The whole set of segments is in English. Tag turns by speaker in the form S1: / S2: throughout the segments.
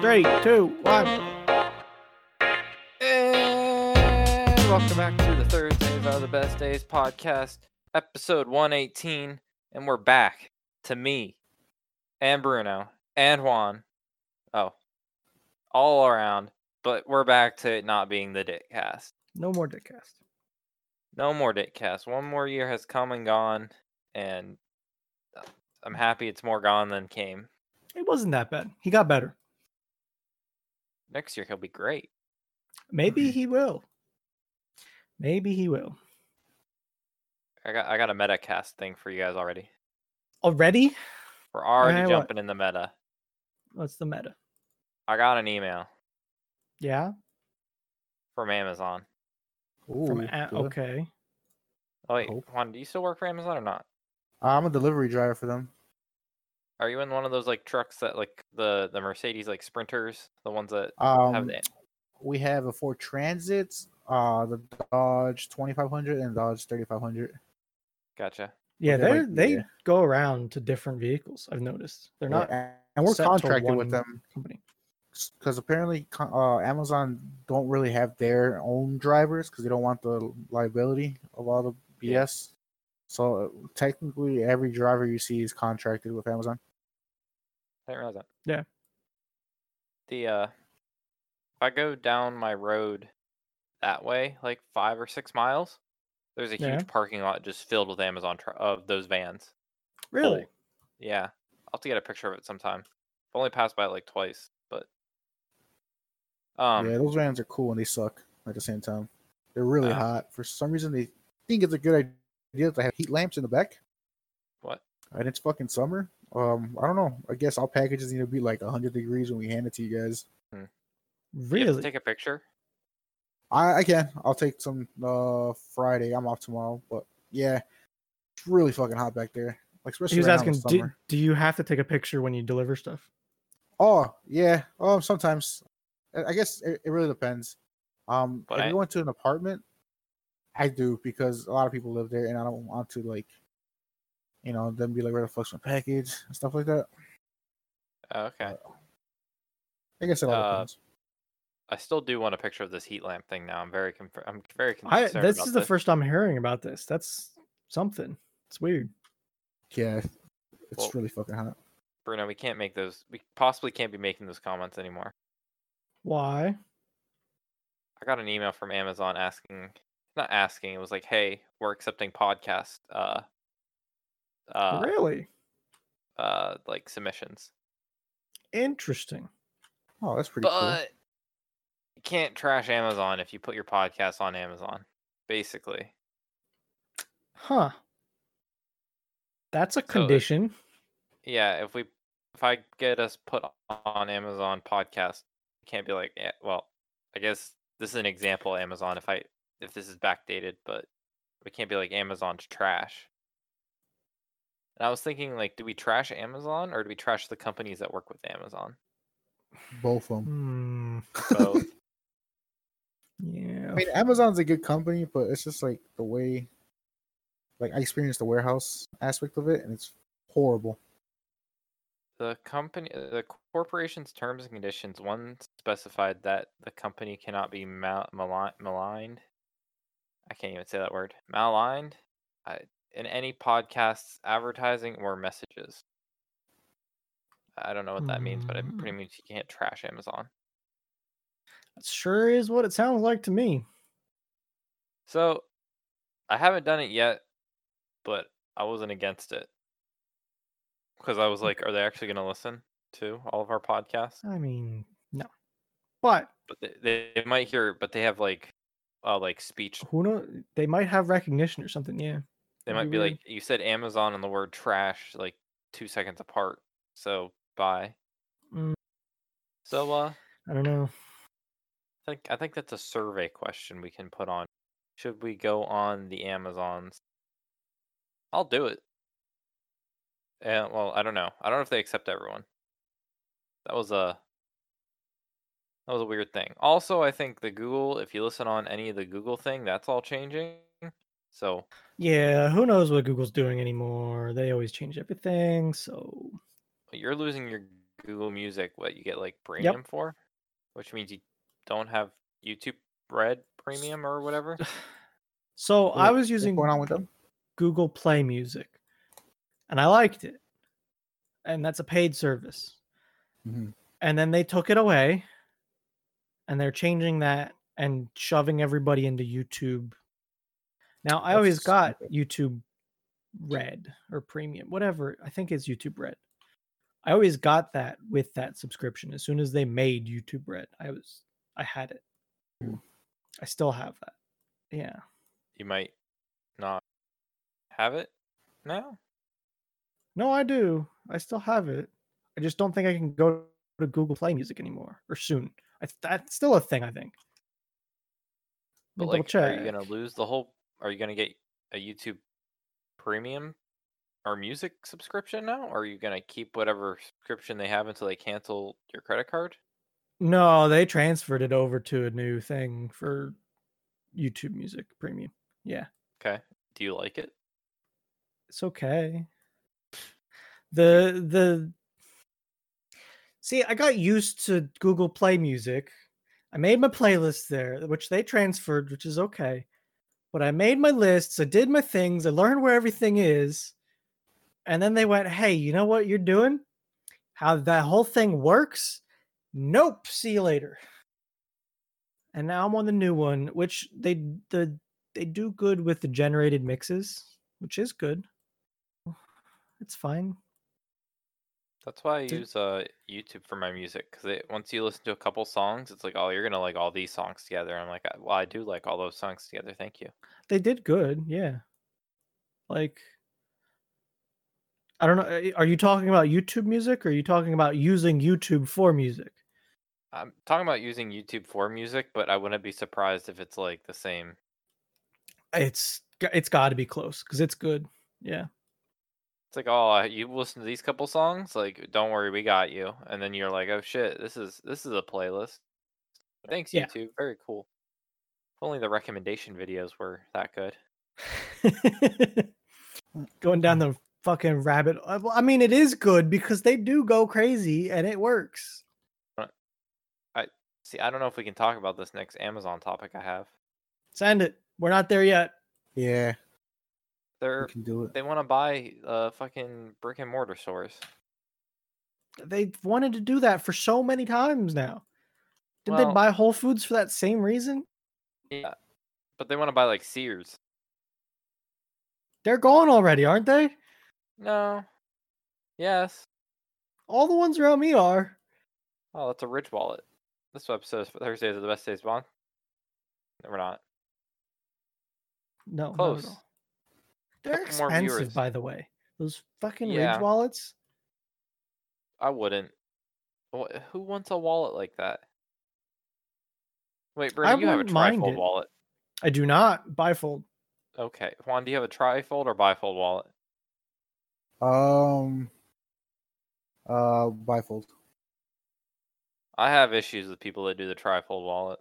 S1: three, two, one.
S2: And welcome back to the Thursdays Are the Best Days podcast, episode 118. And we're back to me and Bruno and Juan. Oh, all around. But we're back to it not being the dick cast.
S1: No more dick cast.
S2: No more dick cast. One more year has come and gone. And I'm happy it's more gone than came.
S1: It wasn't that bad. He got better.
S2: Next year, he'll be great.
S1: Maybe he will. Maybe he will.
S2: I got, I got a meta cast thing for you guys already.
S1: Already?
S2: We're already
S1: Alright, what-
S2: jumping in the meta.
S1: What's the meta?
S2: I got an email
S1: Yeah.
S2: from Amazon.
S1: From
S3: Ooh,
S1: a-
S3: good.
S1: okay.
S2: Oh wait,
S3: Hope.
S2: Juan, do you still work for Amazon or not?
S3: I'm a delivery driver for them.
S2: Are you in one of those like trucks that like the the Mercedes like sprinters, the ones that have
S3: Um,
S2: the
S3: we have a Ford Transits, uh, the Dodge 2500 and Dodge 3500.
S2: gotcha?
S1: Yeah,
S3: they're
S1: they
S3: like-
S1: they
S3: yeah.
S1: go around to different vehicles. I've noticed they're not
S3: and we're
S1: set to
S3: contracted with
S1: one
S3: them
S1: company.
S3: because apparently co- uh, Amazon don't really have their own drivers because they don't want the liability of all the BS.
S2: Yeah.
S3: So uh, technically, every driver you see is contracted with Amazon.
S2: I didn't realize that.
S1: Yeah.
S2: The uh, if I go down my road that way, like five or six miles, there's a huge
S1: Yeah.
S2: parking lot just filled with Amazon tr- of those vans.
S1: Really?
S2: full. Yeah, I'll have to get a picture of it sometime. I've only passed by it like twice, but um,
S3: yeah, those vans are cool and they suck at the same time. They're really
S2: Uh,
S3: hot. For some reason, they think it's a good idea to have heat lamps in the back.
S2: What?
S3: And it's fucking summer. Um, I don't know. I guess our packages need to be like 100 degrees when we hand it to you guys.
S2: you have to
S1: Really?
S2: take a picture.
S3: I, I can. I'll take some uh Friday. I'm off tomorrow, but yeah, it's really fucking hot back there. Like especially
S1: he was
S3: right now in
S1: asking,
S3: the
S1: do,
S3: summer.
S1: do you have to take a picture when you deliver stuff?
S3: Oh yeah. Oh, sometimes. I I guess it, it really depends. Um,
S2: But
S3: if
S2: I-
S3: you went to an apartment, I do because a lot of people live there, and I don't want to like, you know, them be like, where the fuck's my package and stuff like that.
S2: Oh, okay.
S3: I guess it all
S2: Uh,
S3: depends.
S2: I still do want a picture of this heat lamp thing now. I'm very conf- I'm very
S1: I
S2: concerned.
S1: this
S2: about
S1: is the first I'm hearing about this. That's something. It's weird.
S3: Yeah, it's
S2: well-
S3: really fucking hot.
S2: Bruno. We can't make those. We possibly can't be making those comments anymore.
S1: Why?
S2: I got an email from Amazon asking, not asking. It was like, hey, we're accepting podcast, uh, uh,
S1: really?
S2: uh, like submissions,
S1: Interesting.
S3: Oh, that's pretty cool.
S2: but you can't trash Amazon if you put your podcast on Amazon. Basically,
S1: Huh. That's a
S2: it-
S1: condition.
S2: yeah. If we, if I get us put on Amazon podcast, you can't be like, yeah, well, I guess this is an example Amazon. If I, if this is backdated, but we can't be like Amazon's trash. And I was thinking, like, do we trash Amazon or do we trash the companies that work with Amazon?
S3: Both of them.
S1: Hmm.
S2: Both.
S1: yeah.
S3: I mean, Amazon's a good company, but it's just like the way, like I experienced the warehouse aspect of it, and it's horrible.
S2: the company, uh, the corporation's terms and conditions. One specified that the company cannot be mal- mali- maligned. I can't even say that word. Maligned I, in any podcasts, advertising, or messages. I don't know what that means, but it pretty much you can't trash Amazon.
S1: That sure is what it sounds like to me.
S2: So I haven't done it yet, but I wasn't against it because I was like, are they actually going to listen to all of our podcasts?
S1: I mean, no. But
S2: but they, they, they might hear it, but they have like uh like speech
S1: who knows? They might have recognition or something. Yeah.
S2: they
S1: That'd
S2: might
S1: be
S2: be
S1: weird.
S2: like you said amazon and the word trash like two seconds apart so bye
S1: Mm.
S2: so uh i
S1: I don't know.
S2: think i think that's a survey question we can put on should we go on the amazons i'll do it and well i don't know i don't know if they accept everyone that was a that was a weird thing also i think the google if you listen on any of the google thing that's all changing so
S1: Yeah. Who knows what Google's doing anymore? They always change everything. So
S2: But you're losing your Google Music what you get like premium for, which means you don't have YouTube Red premium or whatever.
S1: So I
S3: Wait,
S1: was using
S3: What's going on with them?
S1: Google Play Music, and I liked it, and that's a paid service.
S3: Mhm.
S1: And then they took it away, and they're changing that and shoving everybody into YouTube. Now I
S3: That's
S1: always got
S3: stupid.
S1: YouTube Red or Premium, whatever. I think it's YouTube Red. I always got that with that subscription. As soon as they made YouTube Red, I was I had it.
S3: Mm.
S1: I still have that. Yeah.
S2: You might not have it now.
S1: No, I do. I still have it. I just don't think I can go to Google Play Music anymore or soon. I, that's still a thing, I think.
S2: But
S1: Let me
S2: like,
S1: double
S2: are you gonna
S1: check.
S2: lose the whole? Are you gonna get a YouTube Premium or music subscription now? Or are you gonna keep whatever subscription they have until they cancel your credit card?
S1: No, they transferred it over to a new thing for YouTube Music Premium. Yeah,
S2: Okay. Do you like it?
S1: it's okay. The the See, I got used to Google Play Music. I made my playlist there, which they transferred, which is okay. But I made my lists, I did my things, I learned where everything is. And then they went, hey, you know what you're doing? How that whole thing works? Nope. See you later. And now I'm on the new one, which they the they do good with the generated mixes, which is good. It's fine.
S2: That's why I
S1: Did-
S2: use uh YouTube for my music because it once you listen to a couple songs, it's like, oh, you're gonna like all these songs together. I'm like, "I- well, I do like all those songs together. Thank you.
S1: They did good, yeah. Like I don't know. uh, Are you talking about YouTube music or are you talking about using YouTube for music?
S2: I'm talking about using YouTube for music, but I wouldn't be surprised if it's like the same.
S1: It's g- it's got to be close because it's good. Yeah.
S2: It's like, oh, uh, you listen to these couple songs, like, don't worry, we got you. And then you're like, oh shit, this is this is a playlist. Thanks,
S1: Yeah.
S2: YouTube. Very cool. If only the recommendation videos were that good.
S1: Going down the fucking rabbit. uh, well, I mean, it is good because they do go crazy and it works.
S2: See, I don't know if we can talk about this next Amazon topic I have.
S1: Send it. We're not there yet.
S3: Yeah, we
S2: They're
S3: can do it.
S2: They want to buy uh fucking brick and mortar stores.
S1: They've wanted to do that for so many times now. Did they
S2: Well-
S1: buy Whole Foods for that same reason?
S2: Yeah, but they want to buy like Sears.
S1: They're gone already, aren't they?
S2: No. Yes.
S1: All the ones around me are.
S2: Oh, that's a Ridge wallet. This episode is for Thursdays are the best days of the month. No, we're not.
S1: Oh, No, not at
S2: Close.
S1: all. They're
S2: Couple more viewers.
S1: expensive, by the way. Those fucking
S2: Yeah.
S1: Ridge wallets.
S2: I wouldn't. Wha- Who wants a wallet like that? Wait, Brandon, you have a
S1: wouldn't mind
S2: trifold
S1: it.
S2: wallet.
S1: I do not bifold.
S2: Okay, Juan, do you have a trifold or bifold wallet?
S3: Um, uh, bifold.
S2: I have issues with people that do the trifold wallet.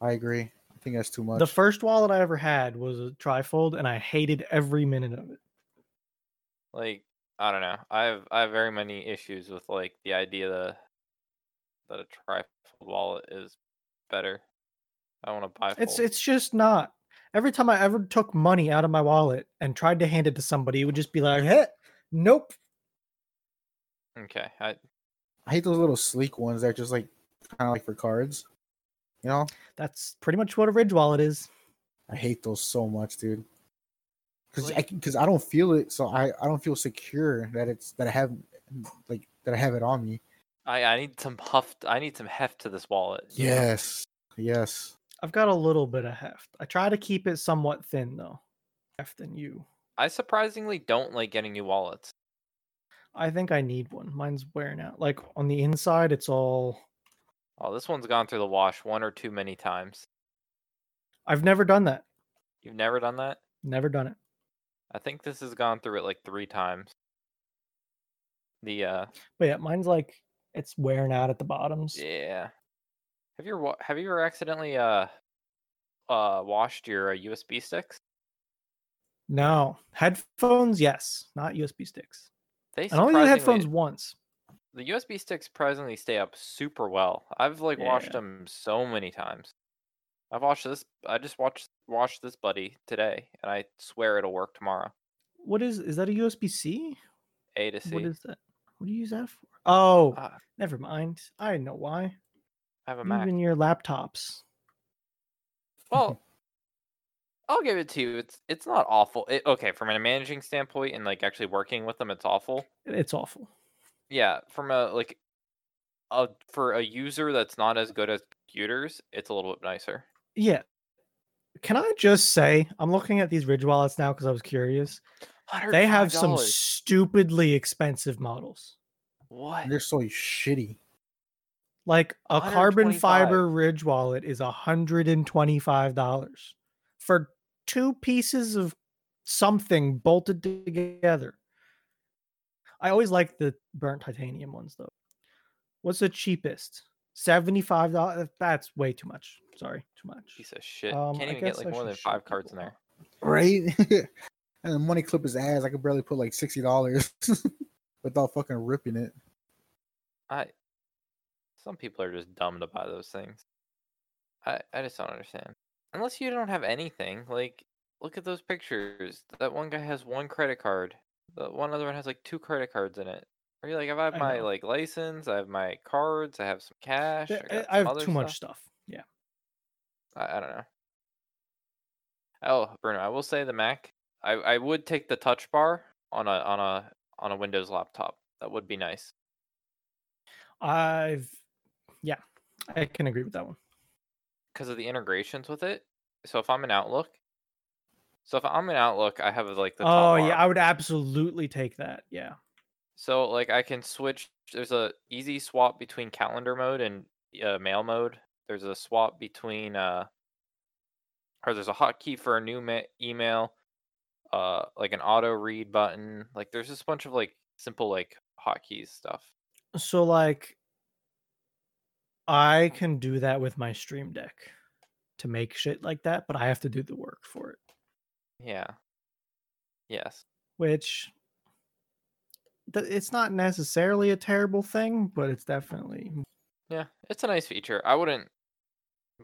S3: I agree. I think that's too much.
S1: The first wallet I ever had was a trifold, and I hated every minute of it.
S2: like I don't know. I have I have very many issues with like the idea that that a trifold wallet is better. I want to buy.
S1: It's it's just not. Every time I ever took money out of my wallet and tried to hand it to somebody, it would just be like, "Hey, nope."
S2: okay. I
S3: I hate those little sleek ones that are just like kind of like for cards. You know,
S1: That's pretty much what a Ridge wallet is.
S3: I hate those so much, dude. Because I
S2: Like-
S3: because I don't feel it, so I I don't feel secure that it's that I have like that I have it on me.
S2: I I need some huffed. I need some heft to this wallet. you know?
S3: Yes, yes.
S1: I've got a little bit of heft. I try to keep it somewhat thin, though. Heft than you.
S2: I surprisingly don't like getting new wallets.
S1: I think I need one. Mine's wearing out. Like on the inside, it's all.
S2: Oh, this one's gone through the wash one or too many times.
S1: I've never done that.
S2: You've never done that.
S1: Never done it.
S2: I think this has gone through it like three times. The uh,
S1: But yeah, mine's like it's wearing out at the bottoms.
S2: Yeah. Have you wa- have you ever accidentally uh uh washed your uh, USB sticks?
S1: No headphones, yes, not USB sticks.
S2: They
S1: And I only did
S2: surprisingly-
S1: headphones once.
S2: The USB sticks surprisingly stay up super well. I've like washed
S4: Yeah.
S2: them so many times. I've watched this. I just watched watched this buddy today, and I swear it'll work tomorrow.
S1: What is is that a USB C?
S2: A to C.
S1: What is that? What do you use that for? Oh,
S2: Ah,
S1: never mind. I know why.
S2: I have a
S1: You
S2: Mac.
S1: and your laptops.
S2: Well, I'll give it to you. It's it's not awful. It, okay, from a managing standpoint and like actually working with them, it's awful.
S1: It's awful.
S2: Yeah, from a like a for a user that's not as good as computers, it's a little bit nicer.
S1: Yeah. Can I just say I'm looking at these Ridge wallets now because I was curious. They have some
S2: $105.
S1: stupidly expensive models.
S2: what?
S3: And they're so shitty.
S1: Like a carbon
S2: 125.
S1: fiber Ridge wallet is $125 for two pieces of something bolted together. I always like the burnt titanium ones though. What's the cheapest? $75. That's way too much. Sorry, too much.
S2: Piece of shit.
S1: Um,
S2: Can't
S1: I
S2: even get
S1: guess
S2: like
S1: I
S2: more
S1: should
S2: than
S1: show
S2: five cards in
S1: people.
S2: there.
S3: Right? and the money clip his ass. I could barely put like sixty dollars without fucking ripping it.
S2: I some people are just dumb to buy those things. I I just don't understand. Unless you don't have anything, like look at those pictures. That one guy has one credit card. The one other one has like two credit cards in it. Are you like I have
S1: I
S2: my
S1: know.
S2: like license, I have my cards, I have some cash.
S1: Th- eh,
S2: got
S1: I have
S2: some other
S1: too much
S2: stuff.
S1: stuff. Yeah.
S2: I, I don't know. Oh, Bruno, I will say the Mac. I, I would take the touch bar on a on a on a Windows laptop. That would be nice.
S1: I've yeah, I can agree with that one.
S2: because of the integrations with it. So if I'm in Outlook, so if I'm in Outlook, I have like the
S1: Oh
S2: top
S1: yeah,
S2: bar.
S1: I would absolutely take that. Yeah.
S2: So like I can switch. There's a easy swap between calendar mode and uh, mail mode. There's a swap between uh, or there's a hotkey for a new ma- email, uh, like an auto read button. Like there's just a bunch of like simple like hotkeys stuff.
S1: So like I can do that with my stream deck to make shit like that, but I have to do the work for it,
S2: Yeah. Yes.
S1: which th- it's not necessarily a terrible thing, but it's definitely
S2: Yeah. It's a nice feature. I wouldn't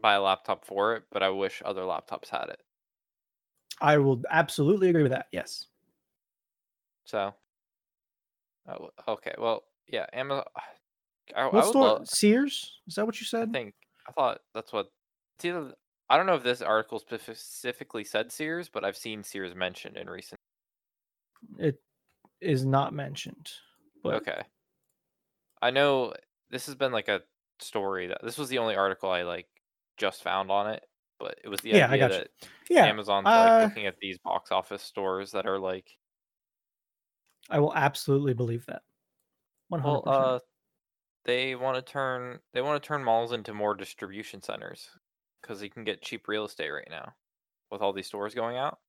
S2: buy a laptop for it, but I wish other laptops had it.
S1: I will absolutely agree with that. Yes.
S2: So, oh, okay. Well, yeah, Amazon. I, Oh, I
S1: What
S2: would
S1: store?
S2: love,
S1: Sears? Is that what you
S2: I
S1: said?
S2: think I thought that's what. It's either I don't know if this article spef- specifically said Sears, but I've seen Sears mentioned in recent.
S1: It is not mentioned. But
S2: Okay. I know this has been like a story that this was the only article I like just found on it, but it was the
S1: Yeah, I
S2: idea
S1: gotcha.
S2: that
S1: yeah,
S2: Amazon's like
S1: uh,
S2: looking at these box office stores that are like
S1: I will absolutely believe that. One hundred
S2: Well,
S1: percent.
S2: uh, they want to turn they want to turn malls into more distribution centers because you can get cheap real estate right now with all these stores going out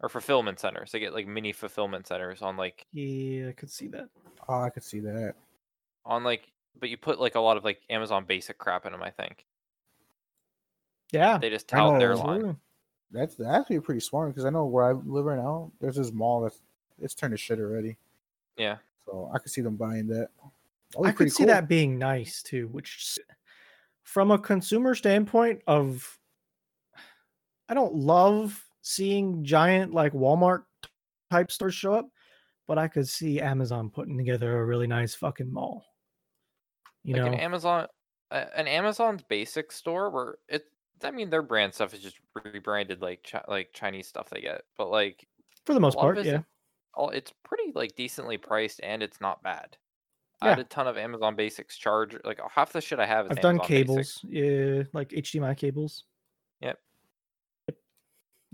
S2: or fulfillment centers. They get like mini fulfillment centers on like
S1: Yeah, I could see that.
S3: Oh, I could see that.
S2: on like, but you put like a lot of like Amazon basic crap in them. I think
S1: Yeah,
S2: they just
S3: I
S2: tout their
S3: know,
S2: line.
S1: absolutely.
S3: That's that's actually pretty smart because I know where I live right now. There's this mall that's it's turned to shit already.
S2: Yeah,
S3: So I could see them buying that. That was
S1: I could
S3: pretty
S1: see
S3: cool.
S1: that being nice too. Which, s- from a consumer standpoint, of I don't love seeing giant like Walmart type stores show up, but I could see Amazon putting together a really nice fucking mall. You
S2: like
S1: know,
S2: an Amazon, uh, an Amazon's basic store where it. I mean, their brand stuff is just rebranded like chi- like Chinese stuff they get, but like
S1: for the most
S2: lot of
S1: part,
S2: it's
S1: yeah.
S2: all it's pretty like decently priced and it's not bad. I
S1: Yeah.
S2: had a ton of Amazon Basics charge like half the shit I have is
S1: I've
S2: Amazon
S1: done
S2: Basics.
S1: cables, yeah, like HDMI cables.
S2: Yep.
S1: Yep.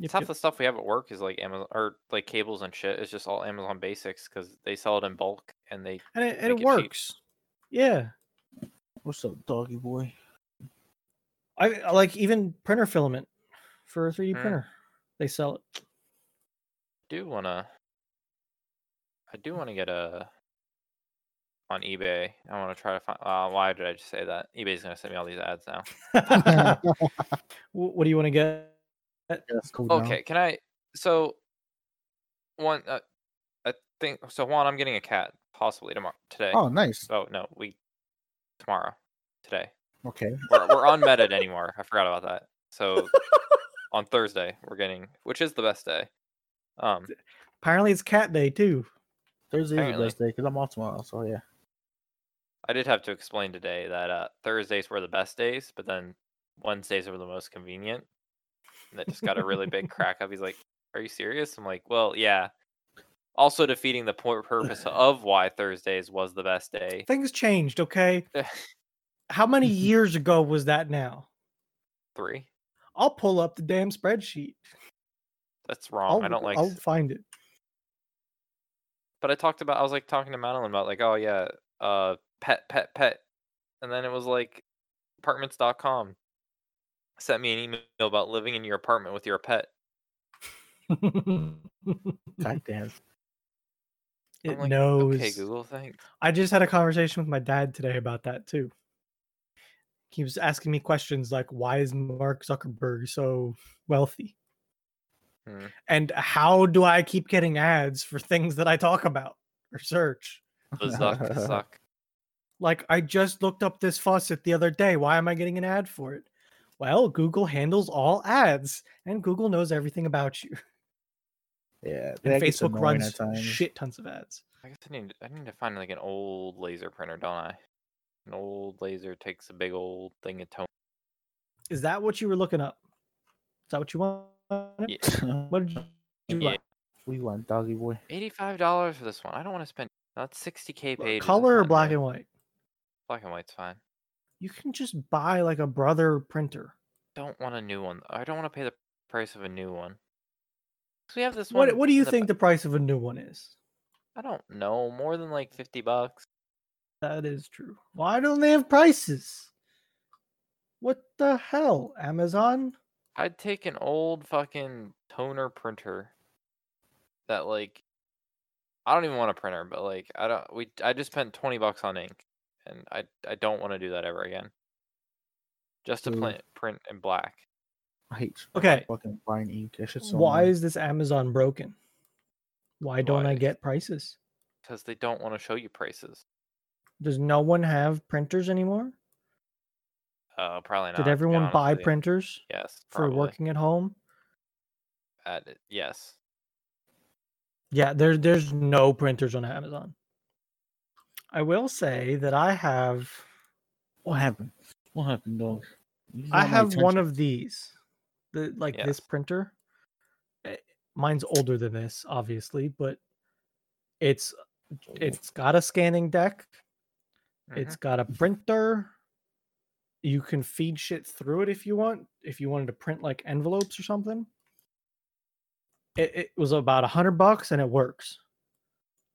S1: Yep,
S2: Half
S1: yep.
S2: the stuff we have at work is like Amazon or like cables and shit. It's just all Amazon Basics because they sell it in bulk and they
S1: and it, and it
S2: make it cheap.
S1: works. Yeah,
S3: What's up, doggy boy?
S1: I I like even printer filament for a 3D
S2: Mm.
S1: printer. They sell it.
S2: do wanna. I do want to get a on eBay. I want to try to find. Uh, why did I just say that? eBay's gonna send me all these ads now.
S1: Wh- what do you want to get?
S3: That's cool.
S2: Okay, can I? So, one, uh, I think so. Juan, I'm getting a cat, possibly tomorrow today.
S3: Oh, nice.
S2: Oh no, we tomorrow, today.
S3: Okay.
S2: We're we're on Meta anymore. I forgot about that. So on Thursday we're getting, which is the best day. Um,
S1: Apparently, it's cat day too.
S3: Thursday's the
S2: Apparently.
S3: best day because I'm off tomorrow. So yeah.
S2: I did have to explain today that uh, Thursdays were the best days, but then Wednesdays were the most convenient. And that just got a really big crack up. He's like, "Are you serious?" I'm like, "Well, yeah." Also defeating the poor purpose of why Thursdays was the best day. Eh,
S1: Things changed. Okay, how many years ago was that? Now
S2: Three.
S1: I'll pull up the damn spreadsheet.
S2: That's wrong.
S1: I'll,
S2: Oh, I do not like.
S1: I'll find it.
S2: but I talked about I was like talking to Madeline about like oh yeah uh pet pet pet and then it was like apartments.com sent me an email about living in your apartment with your pet
S3: God damn.
S2: I'm
S1: it
S2: like,
S1: knows.
S2: okay Google thanks
S1: I just had a conversation with my dad today about that too. He was asking me questions like, "Why is Mark Zuckerberg so wealthy?"
S2: Hmm.
S1: And how do I keep getting ads for things that I talk about or search?
S2: the Zuck the suck
S1: Like, I just looked up this faucet the other day. Why am I getting an ad for it? Well, Google handles all ads, and Google knows everything about you.
S3: Yeah.
S1: And
S3: that gets
S1: Facebook
S3: annoying
S1: runs
S3: at times.
S1: shit tons of ads.
S2: I guess I need I need to find like an old laser printer don't I an old laser takes a big old thing of tone
S1: Is that what you were looking up? Is that what you wanted?
S2: Yeah.
S1: What did you
S2: Yeah.
S1: like?
S3: we want doggy boy.
S2: eighty five dollars for this one I don't want to spend not sixty k
S1: What
S2: pages it's
S1: color or
S2: not
S1: black
S2: really-
S1: and white?
S2: black and white's fine
S1: You can just buy like a brother printer.
S2: don't want a new one I don't want to pay the price of a new one 'Cause we have this
S1: What
S2: one
S1: What do you
S2: in the
S1: think the price of a new one is?
S2: I don't know, more than like 50 bucks.
S1: That is true. Why don't they have prices? What the hell, Amazon?
S2: I'd take an old fucking toner printer that like I don't even want a printer, but like I don't we I just spent 20 bucks on ink and I I don't want to do that ever again. Just to
S1: Hmm.
S3: Ooh.
S2: print print in black.
S3: I hate
S1: Okay,
S3: fucking buying ink. That shit's so
S1: why
S3: annoying.
S1: is this Amazon broken? Why don't
S2: Why
S1: I
S2: is-
S1: get prices?
S2: Because they don't want to show you prices.
S1: Does no one have printers anymore?
S2: Uh probably not. to
S1: Did
S2: be
S1: everyone
S2: honest
S1: buy
S2: with you.
S1: printers
S2: Yes.
S1: for
S2: probably.
S1: working at home?
S2: at it. Yes.
S1: Yeah, there, there's no printers on Amazon. I will say that I have
S3: What happened? What happened, dog? You just
S1: I
S3: want my
S1: have one
S3: attention.
S1: of these, the like this
S2: Yes.
S1: printer. Eh, Mine's older than this, obviously, but it's it's got a scanning deck.
S2: Mm-hmm.
S1: It's got a printer. You can feed shit through it if you want. If you wanted to print like envelopes or something, it, it was about a hundred bucks and it works.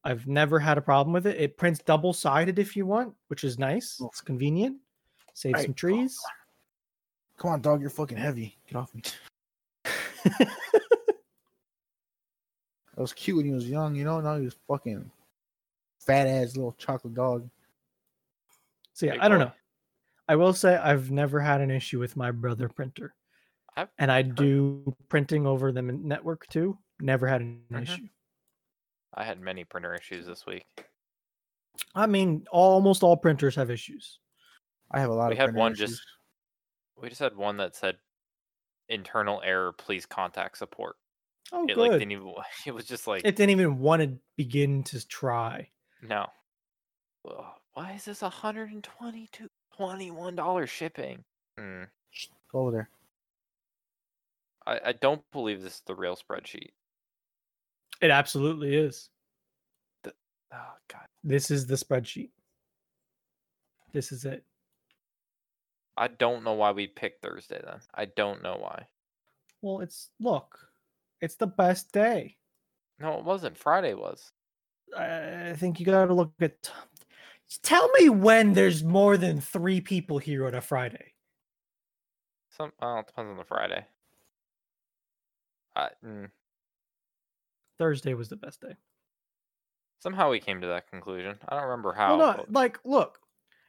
S1: I've never had a problem with it. It prints double sided if you want, which is nice.
S3: Oh.
S1: It's convenient. Save
S3: Right.
S1: some trees.
S3: Come on, dog. You're fucking heavy. Get off me. I was cute when he was young, you know. Now he's fucking fat ass little chocolate dog.
S1: So yeah,
S2: Big
S1: I don't
S2: boy.
S1: know. I will say I've never had an issue with my brother printer.
S2: I've
S1: and I do printing over the m- network too. Never had an
S2: Mhm.
S1: issue.
S2: Mm-hmm. I had many printer issues this week.
S1: I mean, almost all printers have issues.
S3: I have a lot
S2: We
S3: of.
S2: had
S3: printer
S2: one
S3: issues.
S2: just- We just had one that said internal error, please contact support.
S1: Oh,
S2: it like
S1: good.
S2: didn't even it was just like
S1: it didn't even want to begin to try.
S2: no Ugh, why is this 122 21 dollar shipping Hmm.
S3: go over there.
S2: I, I don't believe this is the real spreadsheet
S1: It absolutely is.
S2: oh god
S1: This is the spreadsheet. This is it.
S2: i don't know why we picked thursday then i don't know why
S1: Well, it's look. It's the best day.
S2: no it wasn't friday was
S1: I I think you got to look at. t- Tell me when there's more than three people here on a Friday.
S2: some oh it depends on the friday I, mm,
S1: Thursday was the best day.
S2: somehow we came to that conclusion i don't remember how
S1: Well, no,
S2: but
S1: like, look,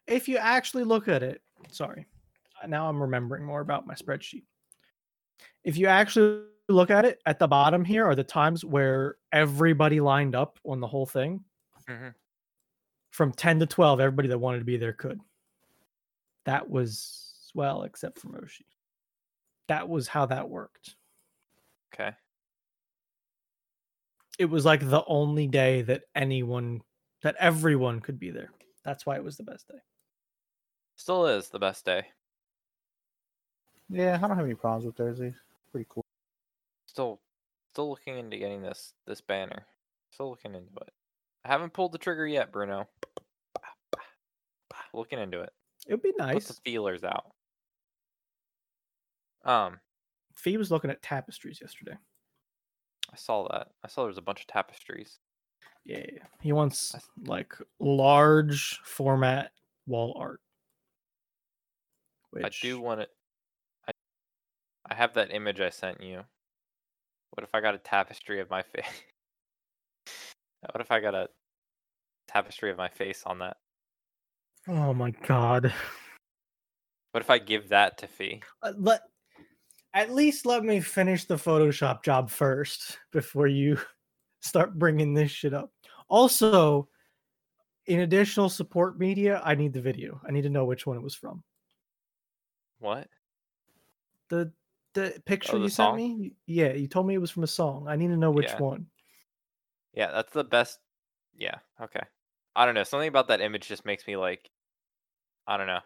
S1: if you actually look at it, sorry, uh, now I'm remembering more about my spreadsheet. If you actually look at it, at the bottom here are the times where everybody lined up on the whole thing.
S2: Mhm.
S1: from 10 to 12 everybody that wanted to be there could that was well except for moshi that was how that worked
S2: Okay.
S1: it was like the only day that anyone that everyone could be there that's why it was the best day
S2: Still is the best day.
S3: Yeah, I don't have any problems with Thursdays. Pretty cool.
S2: Still still looking into getting this this banner. Still looking into it. I haven't pulled the trigger yet, Bruno. Looking into it.
S1: it would be
S2: Put
S1: nice
S2: the feelers out. Um,
S1: fee was looking at tapestries yesterday
S2: I saw that. I saw there was a bunch of tapestries.
S1: yeah he wants
S2: That's-
S1: like large format wall art which
S2: I do want to. I, I have that image I sent you. What if I got a tapestry of my face? what if I got a tapestry of my face on that?
S1: oh my god
S2: What if I give that to Fee?
S1: Uh, let at least let me finish the Photoshop job first before you start bringing this shit up. Also, in additional support media, I need the video. I need to know which one it was from.
S2: What?
S1: The Oh, the picture
S2: the
S1: you
S2: song?
S1: sent me? Y- Yeah, you told me it was from a song. I need to know which
S2: Yeah.
S1: one.
S2: Yeah, that's the best. Yeah, okay. I don't know. Something about that image just makes me like. I don't know.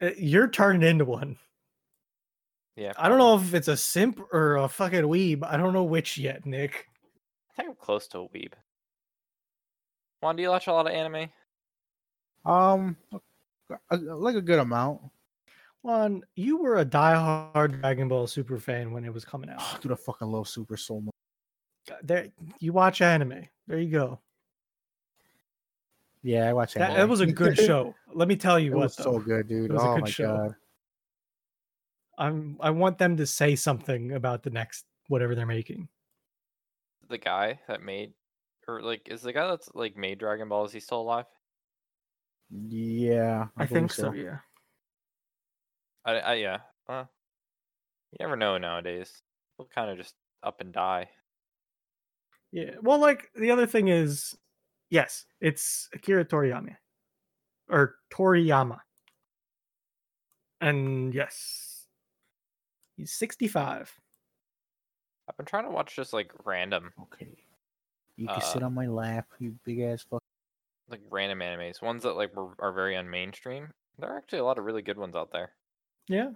S1: Uh, You're turning into one.
S2: Yeah.
S1: I don't
S2: probably.
S1: know if it's a simp or a fucking weeb. I don't know which yet, Nick.
S2: I think I'm close to a weeb. Juan, do you watch a lot of anime?
S3: Um, a- a- like a good amount.
S1: Juan, you were a diehard Dragon Ball Super fan when it was coming out.
S3: dude, I fucking love Super so much.
S1: Uh, there you watch anime there you go
S3: Yeah, I watch
S1: that,
S3: anime.
S1: that was a good show let me tell you
S3: It
S1: what
S3: was so
S1: though.
S3: good, dude.
S1: It was a
S3: oh
S1: good
S3: my
S1: show.
S3: god.
S1: i'm i want them to say something about the next whatever they're making
S2: The guy that made, or like, is the guy that's like made Dragon Ball? Is he still alive?
S3: Yeah,
S1: i,
S3: believe
S1: think so. yeah
S2: I, I yeah. Uh, you never know nowadays. People kind of just up and die.
S1: yeah well like the other thing is yes it's akira toriyama or toriyama and yes he's 65
S2: I've been trying to watch just like random,
S3: Okay. You can
S2: Uh,
S3: sit on my lap, you big ass fuck.
S2: like random animes, ones that like were, are very unmainstream. There are actually a lot of really good ones out there.
S1: yeah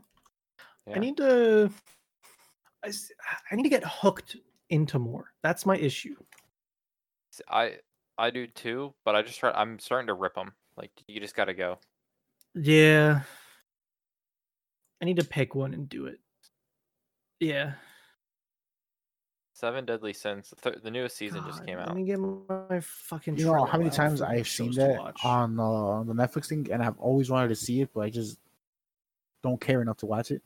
S2: Yeah.
S1: I need to. I, s- I need to get hooked into more. That's my issue.
S2: S- I I do too, but I just try. I'm starting to rip them. Like you just gotta go.
S1: Yeah. I need to pick one and do it. Yeah.
S2: Seven Deadly Sins. The, thir- the newest season just
S1: God,
S2: came
S1: Let
S2: out.
S1: me get my fucking.
S3: You know how
S1: Trello
S3: many
S1: out
S3: times
S1: for new
S3: I've seen
S1: shows to
S3: that
S1: watch.
S3: on uh, the Netflix thing, and I've always wanted to see it, but I just don't care enough to watch it.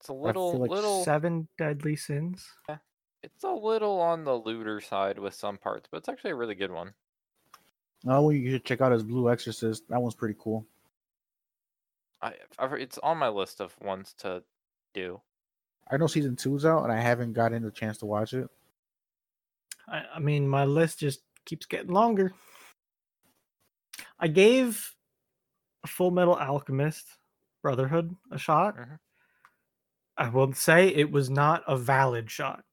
S2: It's a little
S3: like
S2: little.
S1: Seven Deadly Sins.
S2: It's a little on the looter side with some parts, but it's actually a really good one.
S3: Another one you should check out is Blue Exorcist. That one's pretty cool.
S2: I I've, it's on my list of ones to do.
S3: I know season two's out, and I haven't gotten the chance to watch it.
S1: I, I mean, my list just keeps getting longer. I gave Full Metal Alchemist Brotherhood a shot.
S2: Mhm.
S1: I will say it was not a valid shot.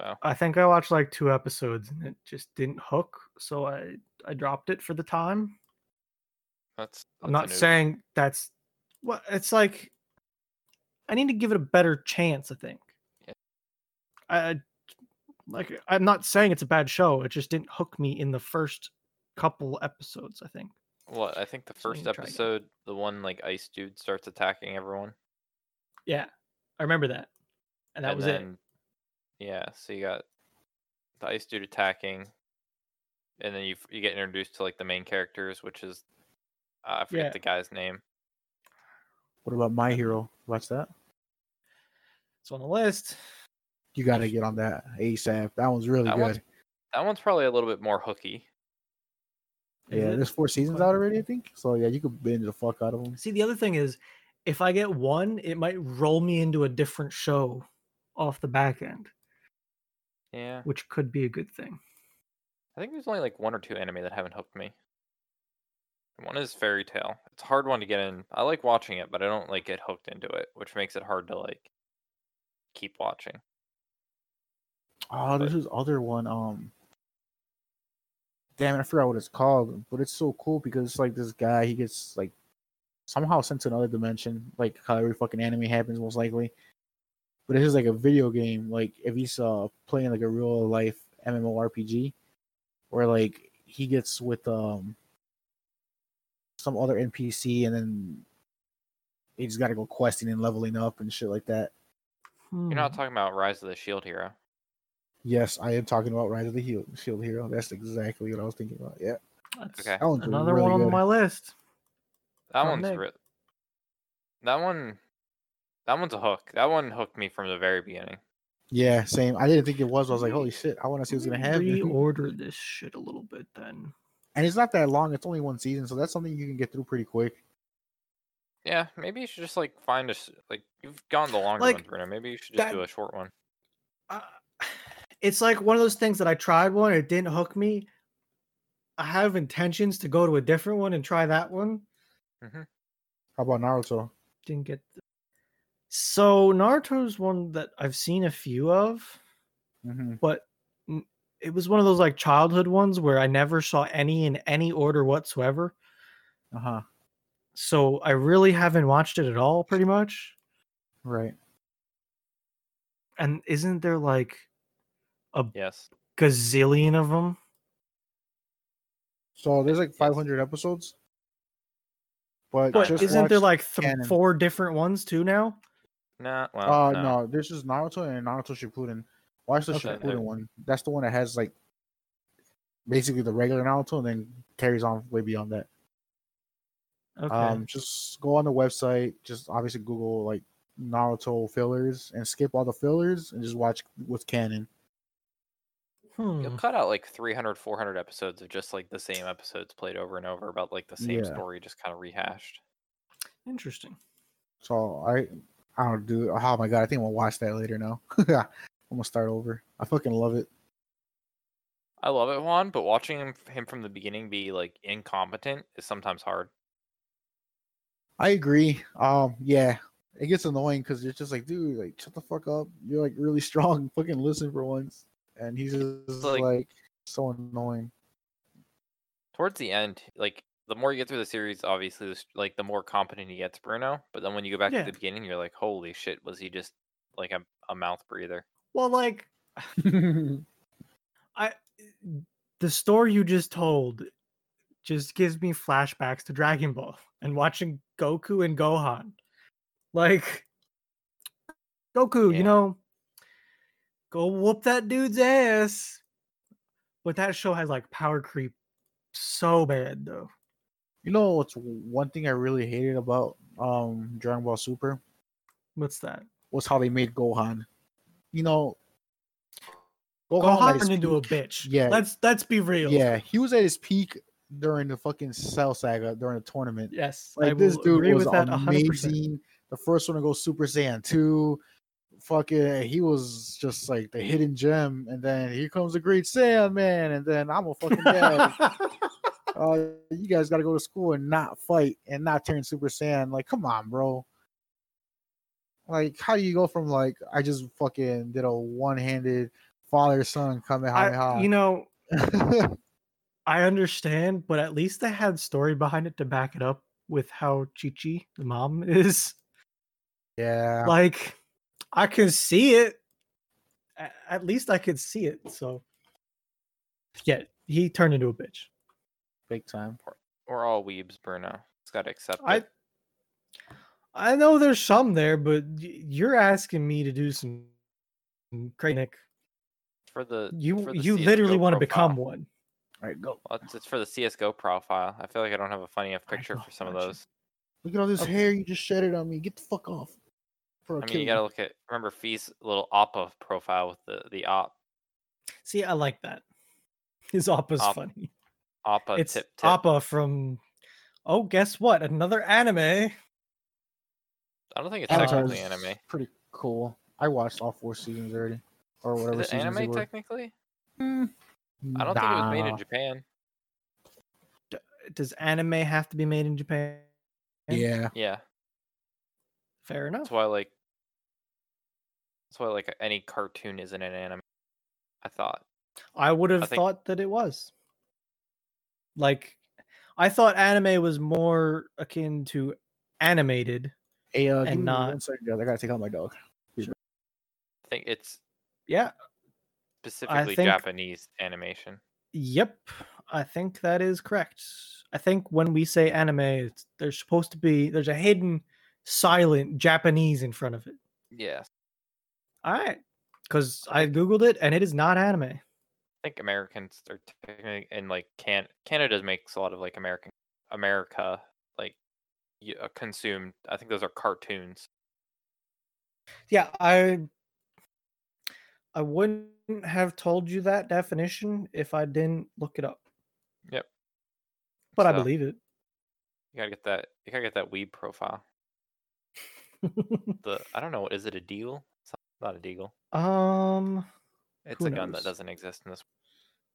S2: Oh.
S1: I think I watched like two episodes and it just didn't hook, so I I dropped it for the time.
S2: That's, that's
S1: I'm
S2: a
S1: not
S2: new-
S1: saying that's what it's like. I need to give it a better chance. I think.
S2: Yeah.
S1: I I- like. I'm not saying it's a bad show. It just didn't hook me in the first couple episodes. I think.
S2: What I think the
S1: So we
S2: first
S1: can try again.
S2: episode, the one like Ice Dude starts attacking everyone.
S1: Yeah, I remember that, and that was it.
S2: it. Yeah, so you got the Ice Dude attacking, and then you f- you get introduced to like the main characters, which is uh, I forget
S1: Yeah.
S2: the guy's name.
S3: What about My Hero? Watch that.
S1: It's on the list.
S3: You got to get on that ASAP. That one's really
S2: That
S3: good.
S2: one's- That one's probably a little bit more hooky.
S1: Is
S3: yeah,
S1: it?
S3: there's four seasons
S1: Okay.
S3: out already, I think. So yeah, you could binge the fuck out of them.
S1: See, the other thing is, if I get one, it might roll me into a different show off the back end,
S2: Yeah,
S1: which could be a good thing.
S2: I think there's only like one or two anime that haven't hooked me. And One is Fairy Tale. It's a hard one to get in. I like watching it, but I don't like get hooked into it, which makes it hard to like keep watching.
S3: Oh, there's this other one. Um, damn it, I forgot what it's called, but it's so cool because it's like this guy. He gets like somehow sent to another dimension, like how every fucking anime happens most likely. But this is like a video game. Like if he's uh playing like a real life MMORPG, where like he gets with um some other NPC and then he just got to go questing and leveling up and shit like that.
S2: You're
S1: Mm-hmm.
S2: not talking about Rise of the Shield Hero.
S3: Yes, I am talking about Rise of the Heel- Shield Hero. That's exactly what I was thinking about. Yeah,
S1: Hmm, That's
S2: Okay.
S3: that one's
S1: Another
S3: really
S1: one on
S3: good.
S1: my list.
S2: That
S1: Oh,
S2: one's
S1: Nick.
S2: re- that one. That one's a hook. That one hooked me from the very beginning.
S3: Yeah, same. I didn't think it was. but I was like, holy shit, I want to see what's gonna happen.
S1: Reorder this shit a little bit then.
S3: And it's not that long. It's only one season, so that's something you can get through pretty quick.
S2: Yeah, maybe you should just like find a s- like you've gone the longer
S1: Like,
S2: one, Bruno. Maybe you should just
S1: that-
S2: do a short one.
S1: Uh, it's like one of those things that I tried one, it didn't hook me. I have intentions to go to a different one and try that one.
S3: How about Naruto?
S1: Didn't get. th- so Naruto's one that I've seen a few of,
S3: Mm-hmm.
S1: but n- it was one of those like childhood ones where I never saw any in any order whatsoever.
S3: Uh huh.
S1: So I really haven't watched it at all, pretty much.
S3: Right.
S1: And isn't there like
S2: Yes.
S1: gazillion of them?
S3: So there's like
S2: Yes.
S3: 500 episodes. But,
S1: But
S3: just
S1: isn't there like
S3: watch-
S1: th-
S3: canon.
S1: four different ones too now?
S2: Nah. Well.
S1: Oh,
S3: Uh,
S2: Oh, no.
S3: no. there's just Naruto and Naruto Shippuden. Watch the
S1: Okay.
S3: Shippuden one. That's the one that has like basically the regular Naruto, and then carries on way beyond that.
S1: Okay.
S3: Um, just go on the website. Just obviously Google like Naruto fillers and skip all the fillers and just watch what's canon.
S1: Hmm.
S2: You'll cut out like 300, 400 episodes of just like the same episodes played over and over about like the same
S3: Yeah.
S2: story, just kind of rehashed.
S1: Interesting.
S3: So I, I don't do. Oh my god, I think I'm gonna watch that later now. I'm gonna start over. I fucking love it.
S2: I love it, Juan, but watching him, him from the beginning be like incompetent is sometimes hard.
S3: I agree. Um, yeah, it gets annoying because it's just like, dude, like shut the fuck up. You're like really strong. Fucking listen for once. And he's just
S2: Like-
S3: like, so annoying.
S2: Towards the end, like the more you get through the series, obviously, the s- like the more competent he gets, Bruno. But then when you go back
S1: Yeah.
S2: to the beginning, you're like, holy shit, was he just like a, a mouth breather?
S1: Well, like the story you just told just gives me flashbacks to Dragon Ball and watching Goku and Gohan. Like Goku,
S2: Yeah.
S1: you know, go whoop that dude's ass. But that show has like power creep so bad though.
S3: you know what's one thing I really hated about um Dragon Ball Super
S1: What's that?
S3: was how they made Gohan. You know, Gohan, at
S1: Gohan
S3: his
S1: turned into a
S3: peak-
S1: bitch.
S3: yeah.
S1: Let's let's be real.
S3: yeah, he was at his peak during the fucking Cell Saga during the tournament.
S1: Yes. I
S3: Like this
S1: will
S3: dude
S1: agree
S3: was
S1: with that 100%.
S3: amazing. The first one to go Super Saiyan two, fucking, he was just like the hidden gem. And then here comes the Great Saiyan man. And then I'm a fucking dad. uh, you guys got to go to school and not fight and not turn Super Saiyan. Like, come on, bro. Like, how do you go from like I just fucking did a one-handed father-son kamehameha?
S1: I, you know, I understand, but at least they had story behind it to back it up with how Chi Chi, the mom, is.
S3: yeah.
S1: Like, I could see it. A- At least I could see it. So, yeah, he turned into a bitch.
S3: big time.
S2: We're all weebs, Bruno. It's got to accept
S1: I,
S2: it.
S1: I know there's some there, but y- you're asking me to do some crazy. Nick.
S2: For the
S1: You
S2: for the
S1: you literally
S2: CSGO
S1: want to
S2: profile.
S1: become one.
S3: All right, go.
S2: Well, it's, it's for the CS:GO profile. I feel like I don't have a funny enough
S1: I
S2: picture
S1: know,
S2: for some of
S1: aren't you?
S2: those.
S3: Look at all this
S1: Okay.
S3: hair you just shedded on me. Get the fuck off. Bro,
S2: I
S3: kill
S2: mean, you gotta look at remember Fee's little oppa profile with the the op
S1: See, I like that. His oppa's
S2: Oppa.
S1: funny.
S2: oppa
S1: it's
S2: tip tip.
S1: Appa from oh guess what another anime
S2: I don't think it's
S3: Avatar
S2: technically
S3: is
S2: anime.
S3: Pretty cool. I watched all four seasons already, or whatever
S2: Is it
S3: seasons they
S2: anime
S3: were.
S2: technically?
S3: Hmm,
S2: I don't think it was made in Japan.
S1: Does anime have to be made in Japan?
S3: Yeah.
S2: Yeah,
S1: Fair
S2: that's
S1: enough.
S2: why like that's why like any cartoon isn't an anime. I thought.
S1: I would have
S2: I think-
S1: thought that it was. Like, I thought anime was more akin to animated.
S3: Hey, uh, give
S1: And
S3: me
S1: not-
S3: one second, guys. I gotta take out my dog.
S2: I think it's
S1: Yeah.
S2: specifically
S1: think-
S2: Japanese animation.
S1: Yep. I think that is correct. I think when we say anime, it's, there's supposed to be there's a hidden silent Japanese in front of it.
S2: Yes.
S1: All right. Because I googled it and it is not anime.
S2: I think Americans are technically and like can Canada makes a lot of like American America like y- uh, consumed. I think those are cartoons.
S1: Yeah, I I wouldn't have told you that definition if I didn't look it up.
S2: Yep.
S1: But I
S2: So-
S1: believe it.
S2: You gotta get that. You gotta get that weeb profile. The I don't know. Is it a deal? It's not a deal.
S1: um
S2: It's
S1: Who
S2: a gun that
S1: knows?
S2: doesn't exist in this.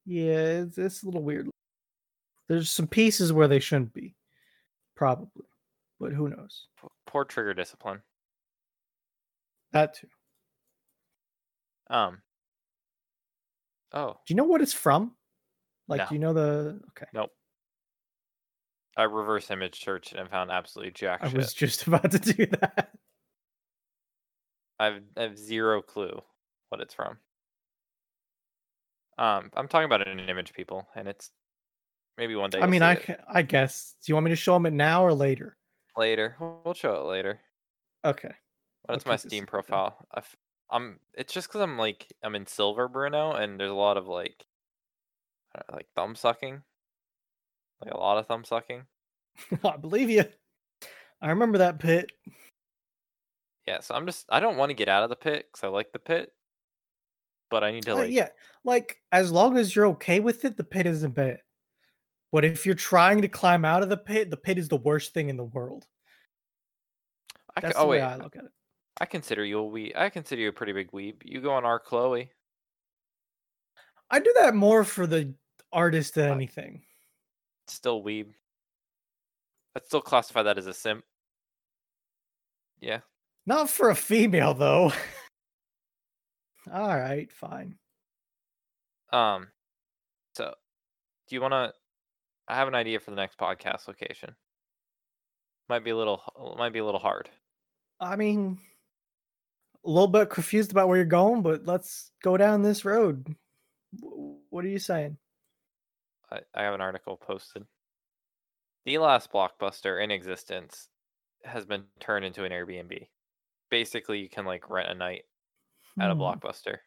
S1: yeah, it's, it's a little weird. There's some pieces where they shouldn't be. Probably. But who knows?
S2: p- Poor trigger discipline.
S1: That too.
S2: Um. Oh,
S1: Do you know what it's from? Like,
S2: No.
S1: do you know the? Okay,
S2: I reverse image searched and found absolutely jack
S1: I
S2: shit.
S1: was just about to do that.
S2: I've I have zero clue what it's from. Um, I'm talking about it in an image, people, and it's maybe one day.
S1: I
S2: you'll
S1: mean,
S2: see
S1: I,
S2: it
S1: ca- I guess. Do you want me to show them it now or later?
S2: later we'll we'll show it later.
S1: Okay.
S2: But
S1: I'll
S2: it's my
S1: keep it
S2: Steam
S1: secret then.
S2: profile. I f- I'm. It's just because I'm like I'm in silver, Bruno, and there's a lot of like, I dunno, like thumb sucking, like a lot of thumb sucking.
S1: I believe you. I remember that pit.
S2: Yeah, so I'm just I don't want to get out of the pit because I like the pit, but I need to
S1: Uh,
S2: like
S1: yeah, like as long as you're okay with it, the pit isn't bad. But if you're trying to climb out of the pit, the pit is the worst thing in the world.
S2: I ca-
S1: That's
S2: oh
S1: the
S2: wait,
S1: way I look at it.
S2: I consider you a wee. I consider you a pretty big weeb. You go on our Chloe.
S1: I do that more for the artist than
S2: I-
S1: anything.
S2: still weeb. I'd still classify that as a simp. Yeah.
S1: Not for a female though. All right, fine.
S2: Um. So, do you want to? I have an idea for the next podcast location. Might be a little. h- Might be a little hard.
S1: I mean, a little bit confused about where you're going, but let's go down this road. Wh- What are you saying?
S2: I, I have an article posted. The last blockbuster in existence has been turned into an Airbnb. Basically, you can like rent a night at a
S1: Hmm.
S2: blockbuster.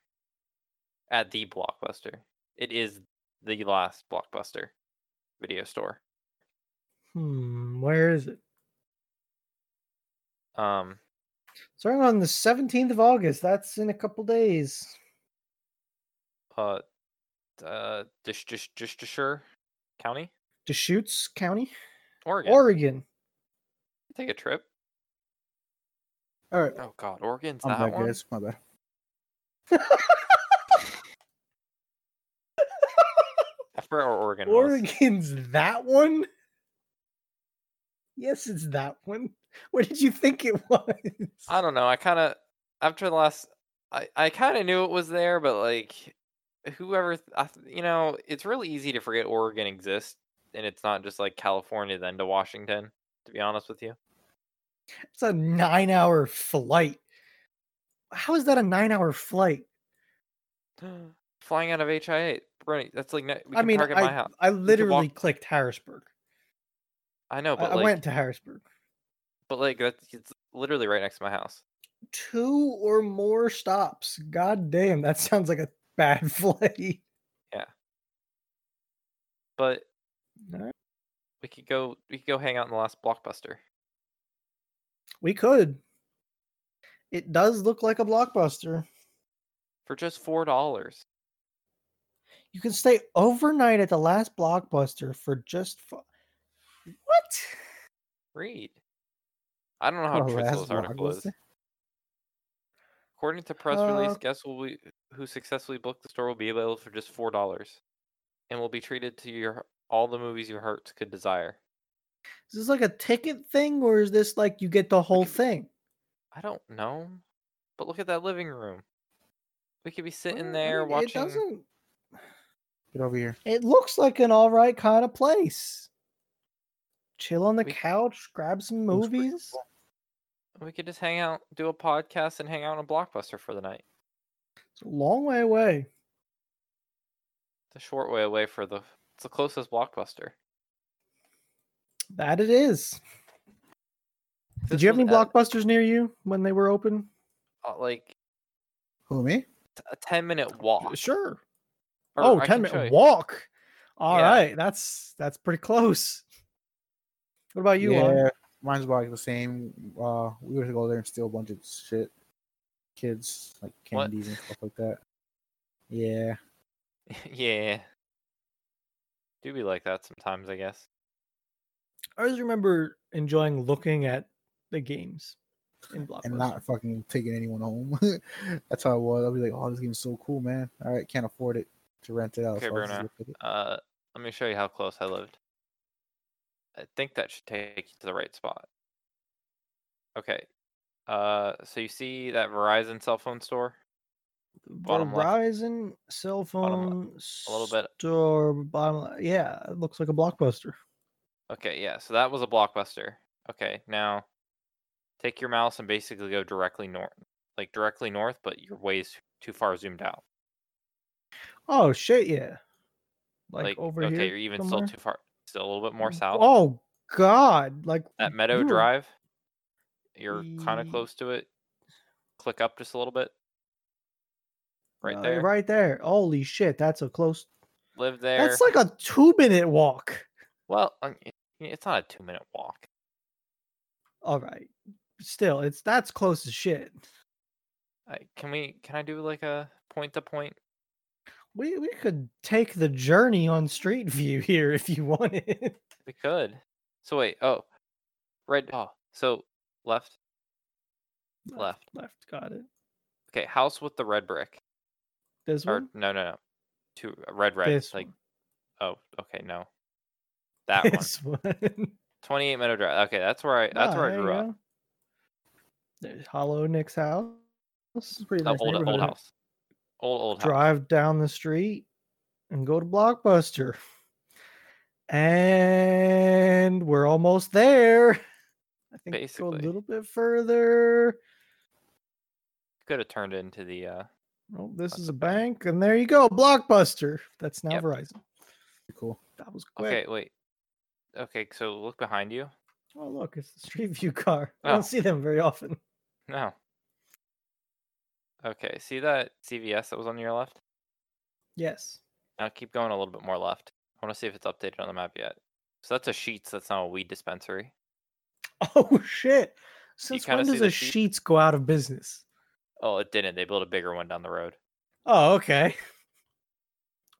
S2: At the blockbuster. It is the last blockbuster video store.
S1: Hmm, where is it?
S2: Um
S1: Starting on the 17th of August. That's in a couple days.
S2: uh uh Dish Dish Dishshire County,
S1: Deschutes County,
S2: Oregon.
S1: Oregon.
S2: Take a trip.
S3: All right.
S2: Oh god, Oregon's
S3: I'm
S2: that
S3: back,
S2: one.
S3: guys. My bad.
S2: I forgot where Oregon was.
S1: Oregon's that one? Yes, it's that one. Where did you think it was?
S2: I don't know. I kind of after the last, I I kind of knew it was there, but like whoever, th- I, th- you know, it's really easy to forget Oregon exists, and it's not just like California then to Washington. To be honest with you,
S1: It's a nine hour flight. How is that a nine hour flight?
S2: flying out of HI8, right? That's like ne- we
S1: I
S2: can
S1: mean,
S2: park at my
S1: I,
S2: house.
S1: I literally
S2: walk-
S1: clicked Harrisburg.
S2: I know,
S1: I,
S2: but
S1: I
S2: like,
S1: went to Harrisburg.
S2: but like that's it's literally right next to my house.
S1: Two or more stops. God damn, that sounds like a bad flight.
S2: But
S1: Alright.
S2: we could go, we could go hang out in the last blockbuster.
S1: We could. It does look like a blockbuster.
S2: For just four dollars,
S1: You can stay overnight at the last blockbuster for just fu- what?
S2: read. I don't know how
S3: The
S2: truthful
S3: last
S2: this article is.
S1: Blockbuster?
S2: According to press
S1: Uh,
S2: release, guess will we, who successfully booked the store will be available for just four dollars. and will be treated to your all the movies your hearts could desire.
S1: Is this like a ticket thing, or is this like you get the whole thing?
S2: I don't know, but look at that living room. We could be sitting
S1: Well, I
S2: there
S1: mean, It
S2: watching.
S1: doesn't.
S3: Get over here.
S1: It looks like an all right kind of place. Chill on the
S2: We-
S1: couch, grab some
S3: Looks pretty
S1: movies.
S3: cool.
S2: We could just hang out, do a podcast, and hang out on a blockbuster for the night.
S1: It's a long way away.
S2: It's a short way away for the. It's the closest blockbuster.
S1: That it is. Did
S2: This
S1: you have
S2: was
S1: any
S2: at,
S1: blockbusters near you when they were open?
S2: uh, like
S3: Who me?
S2: t- a ten minute walk?
S1: Sure.
S2: Or
S1: Oh,
S2: I
S1: 10
S2: can show
S1: minute
S2: you.
S1: walk. All right,
S2: Yeah.
S1: That's that's pretty close. What about you, Lauren?
S3: Yeah, mine's about like the same. Uh, we would go there and steal a bunch of shit, kids like
S2: What?
S3: candies and stuff like that. Yeah,
S2: yeah. Do be like that sometimes, I guess.
S1: I always remember enjoying looking at the games in Blockbuster.
S3: and not fucking taking anyone home. That's how I was. I'll be like, "Oh, this game's so cool, man! All right, can't afford it to rent it out."
S2: Okay,
S3: so I'll just
S2: Bruno.
S3: look at it."
S2: Uh, let me show you how close I lived. I think that should take you to the right spot. Okay. Uh, so you see that Verizon cell phone store? bottom left.
S1: Verizon cell
S2: Bottom
S1: phone
S2: a little bit.
S1: store bottom le- yeah, it looks like a blockbuster.
S2: Okay, yeah. So that was a blockbuster. Okay, now take your mouse and basically go directly north, like directly north, but your way's too far zoomed out.
S1: Oh shit, yeah. Like, over
S2: okay,
S1: here.
S2: you're even
S1: somewhere?
S2: still too far, still a little bit more south.
S1: Oh god, like
S2: that Meadow
S1: you were-
S2: Drive. You're kind of
S1: Ye-
S2: close to it. Click up just a little bit. Right
S1: uh,
S2: there.
S1: Right there. Holy shit, that's a close
S2: Live there.
S1: That's like a 2 minute walk.
S2: well, I mean, it's not a two minute walk.
S1: All right. Still, it's that's close as shit.
S2: I, can we? Can I do like a point to point?
S1: We we could take the journey on Street View here if you wanted.
S2: We could. So wait. Oh, right. Oh, so left. Left.
S1: Left, got it.
S2: Okay, house with the red brick.
S1: This
S2: Or
S1: one.
S2: no, no, no. Two uh, red, red.
S1: this
S2: like
S1: one.
S2: oh, okay, no. That one.
S1: this one.
S2: Twenty eight Meadow Drive. Okay, that's where I. That's
S1: Ah,
S2: where I
S1: there
S2: grew
S1: you
S2: up.
S1: go. There's Hollow Nick's house. This is pretty
S2: The
S1: nice.
S2: old old
S1: neighborhood.
S2: house. Old old house.
S1: Drive down the street and go to Blockbuster. And we're almost there. I think go a
S2: Basically.
S1: little bit further.
S2: could have turned into the uh
S1: Oh, this
S2: That's
S1: is a
S2: a bank.
S1: bank, and there you go, Blockbuster. That's now
S2: Yep.
S1: Verizon.
S3: Pretty cool.
S1: That was quick.
S2: okay wait okay so look behind you
S1: Oh, look, it's the Street View car. I
S2: Oh.
S1: don't see them very often.
S2: no okay see that cvs that was on your left
S1: Yes.
S2: now keep going a little bit more left i want to see if it's updated on the map yet so that's a sheets that's not a weed dispensary
S1: Oh shit! Since
S2: kinda
S1: when
S2: see
S1: does
S2: the
S1: a
S2: sheet?
S1: sheets go out of business?
S2: oh it didn't they built a bigger one down the road
S1: Oh, okay.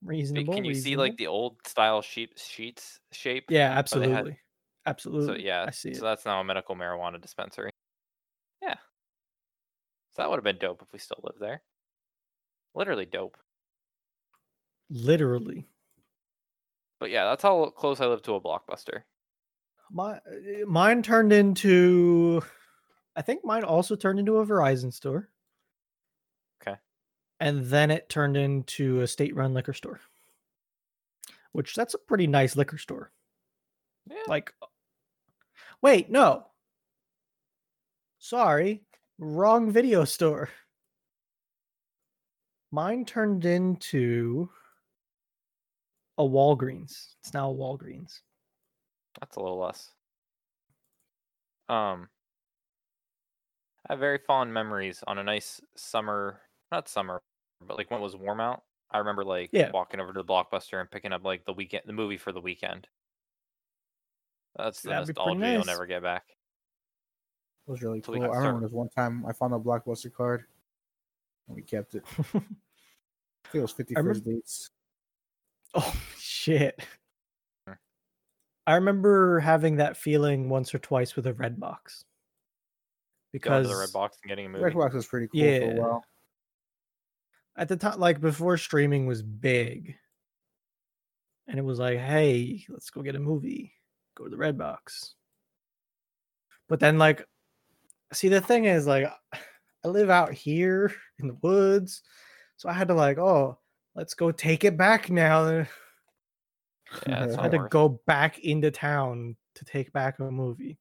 S2: But
S1: Reasonable.
S2: can you see
S1: reasonable.
S2: like the old style sheet sheets shape
S1: Yeah,
S2: how they had-
S1: absolutely, absolutely.
S2: so yeah
S1: I see
S2: so
S1: it.
S2: that's now a medical marijuana dispensary yeah so that would have been dope if we still lived there literally dope
S1: Literally,
S2: But yeah, that's how close I live to a blockbuster.
S1: my uh, mine turned into. I think mine also turned into a Verizon store.
S2: Okay.
S1: And then it turned into a state-run liquor store, which that's a pretty nice liquor store.
S2: Yeah.
S1: Like, wait, no. Sorry, wrong video store. Mine turned into a Walgreens. It's now a Walgreens.
S2: That's a little less. Um, I have very fond memories on a nice summer, not summer, but like when it was warm out. I remember like
S1: Yeah.
S2: walking over to the blockbuster and picking up like the weekend, the movie for the weekend. That's the
S1: That'd be pretty
S2: nostalgia you'll
S1: nice.
S2: never get back.
S3: It was really
S2: So we
S3: cool. I
S2: got
S3: remember
S2: served.
S3: there was one time I found a blockbuster card. And we kept it. I think it was fifty
S1: I
S3: first
S1: remember-
S3: dates.
S1: Oh shit.
S2: Hmm.
S1: I remember having that feeling once or twice with a red box.
S2: Going
S1: Because
S2: to the red box and getting a movie.
S3: Xbox was pretty cool for a
S1: Yeah.
S3: while.
S1: at the time like before streaming was big, and it was like, "Hey, let's go get a movie. Go to the Red Box." But then, like, see, the thing is, like, I live out here in the woods, so I had to like, "Oh, let's go take it back now."
S2: Yeah, it's
S1: I
S2: not
S1: had to
S2: worth it.
S1: go back into town to take back a movie.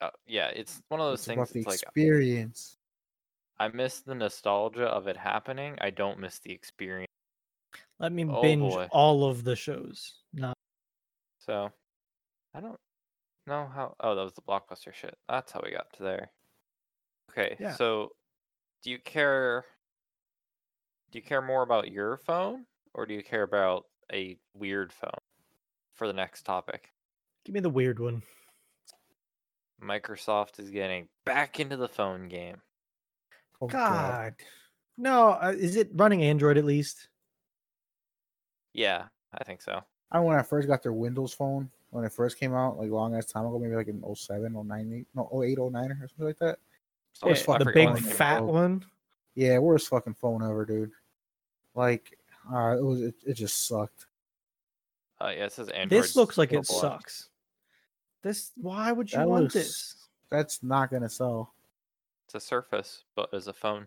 S2: Uh, yeah, it's one of those
S3: it's
S2: things.
S3: about the
S2: It's like
S3: experience.
S2: I miss the nostalgia of it happening. I don't miss the experience.
S1: Let me
S2: Oh,
S1: binge
S2: boy.
S1: all of the shows. Not
S2: So I don't know how. Oh, that was the blockbuster shit. That's how we got to there. Okay,
S1: Yeah.
S2: so do you care? Do you care more about your phone or do you care about a weird phone? For the next topic,
S1: give me the weird one.
S2: Microsoft is getting back into the phone game.
S3: Oh,
S1: God, no. Uh, is it running Android at least?
S2: Yeah, I think so.
S3: I remember when I first got their Windows phone when it first came out, like long ass time ago, maybe like in 07, 09, no 08, 09 or something like that.
S2: So
S3: It's
S2: I
S3: fucking
S1: the
S2: forget
S1: big
S2: when it came out.
S1: fat
S3: out.
S1: one.
S3: Yeah, worst fucking phone ever, dude. Like, uh, it was it, it just sucked.
S2: Uh, yeah, it says Android.
S1: this looks like it
S2: mobile app.
S1: sucks. This why would you
S3: That
S1: want
S3: looks-
S1: this?
S3: That's not gonna sell.
S2: It's a Surface, but as a phone.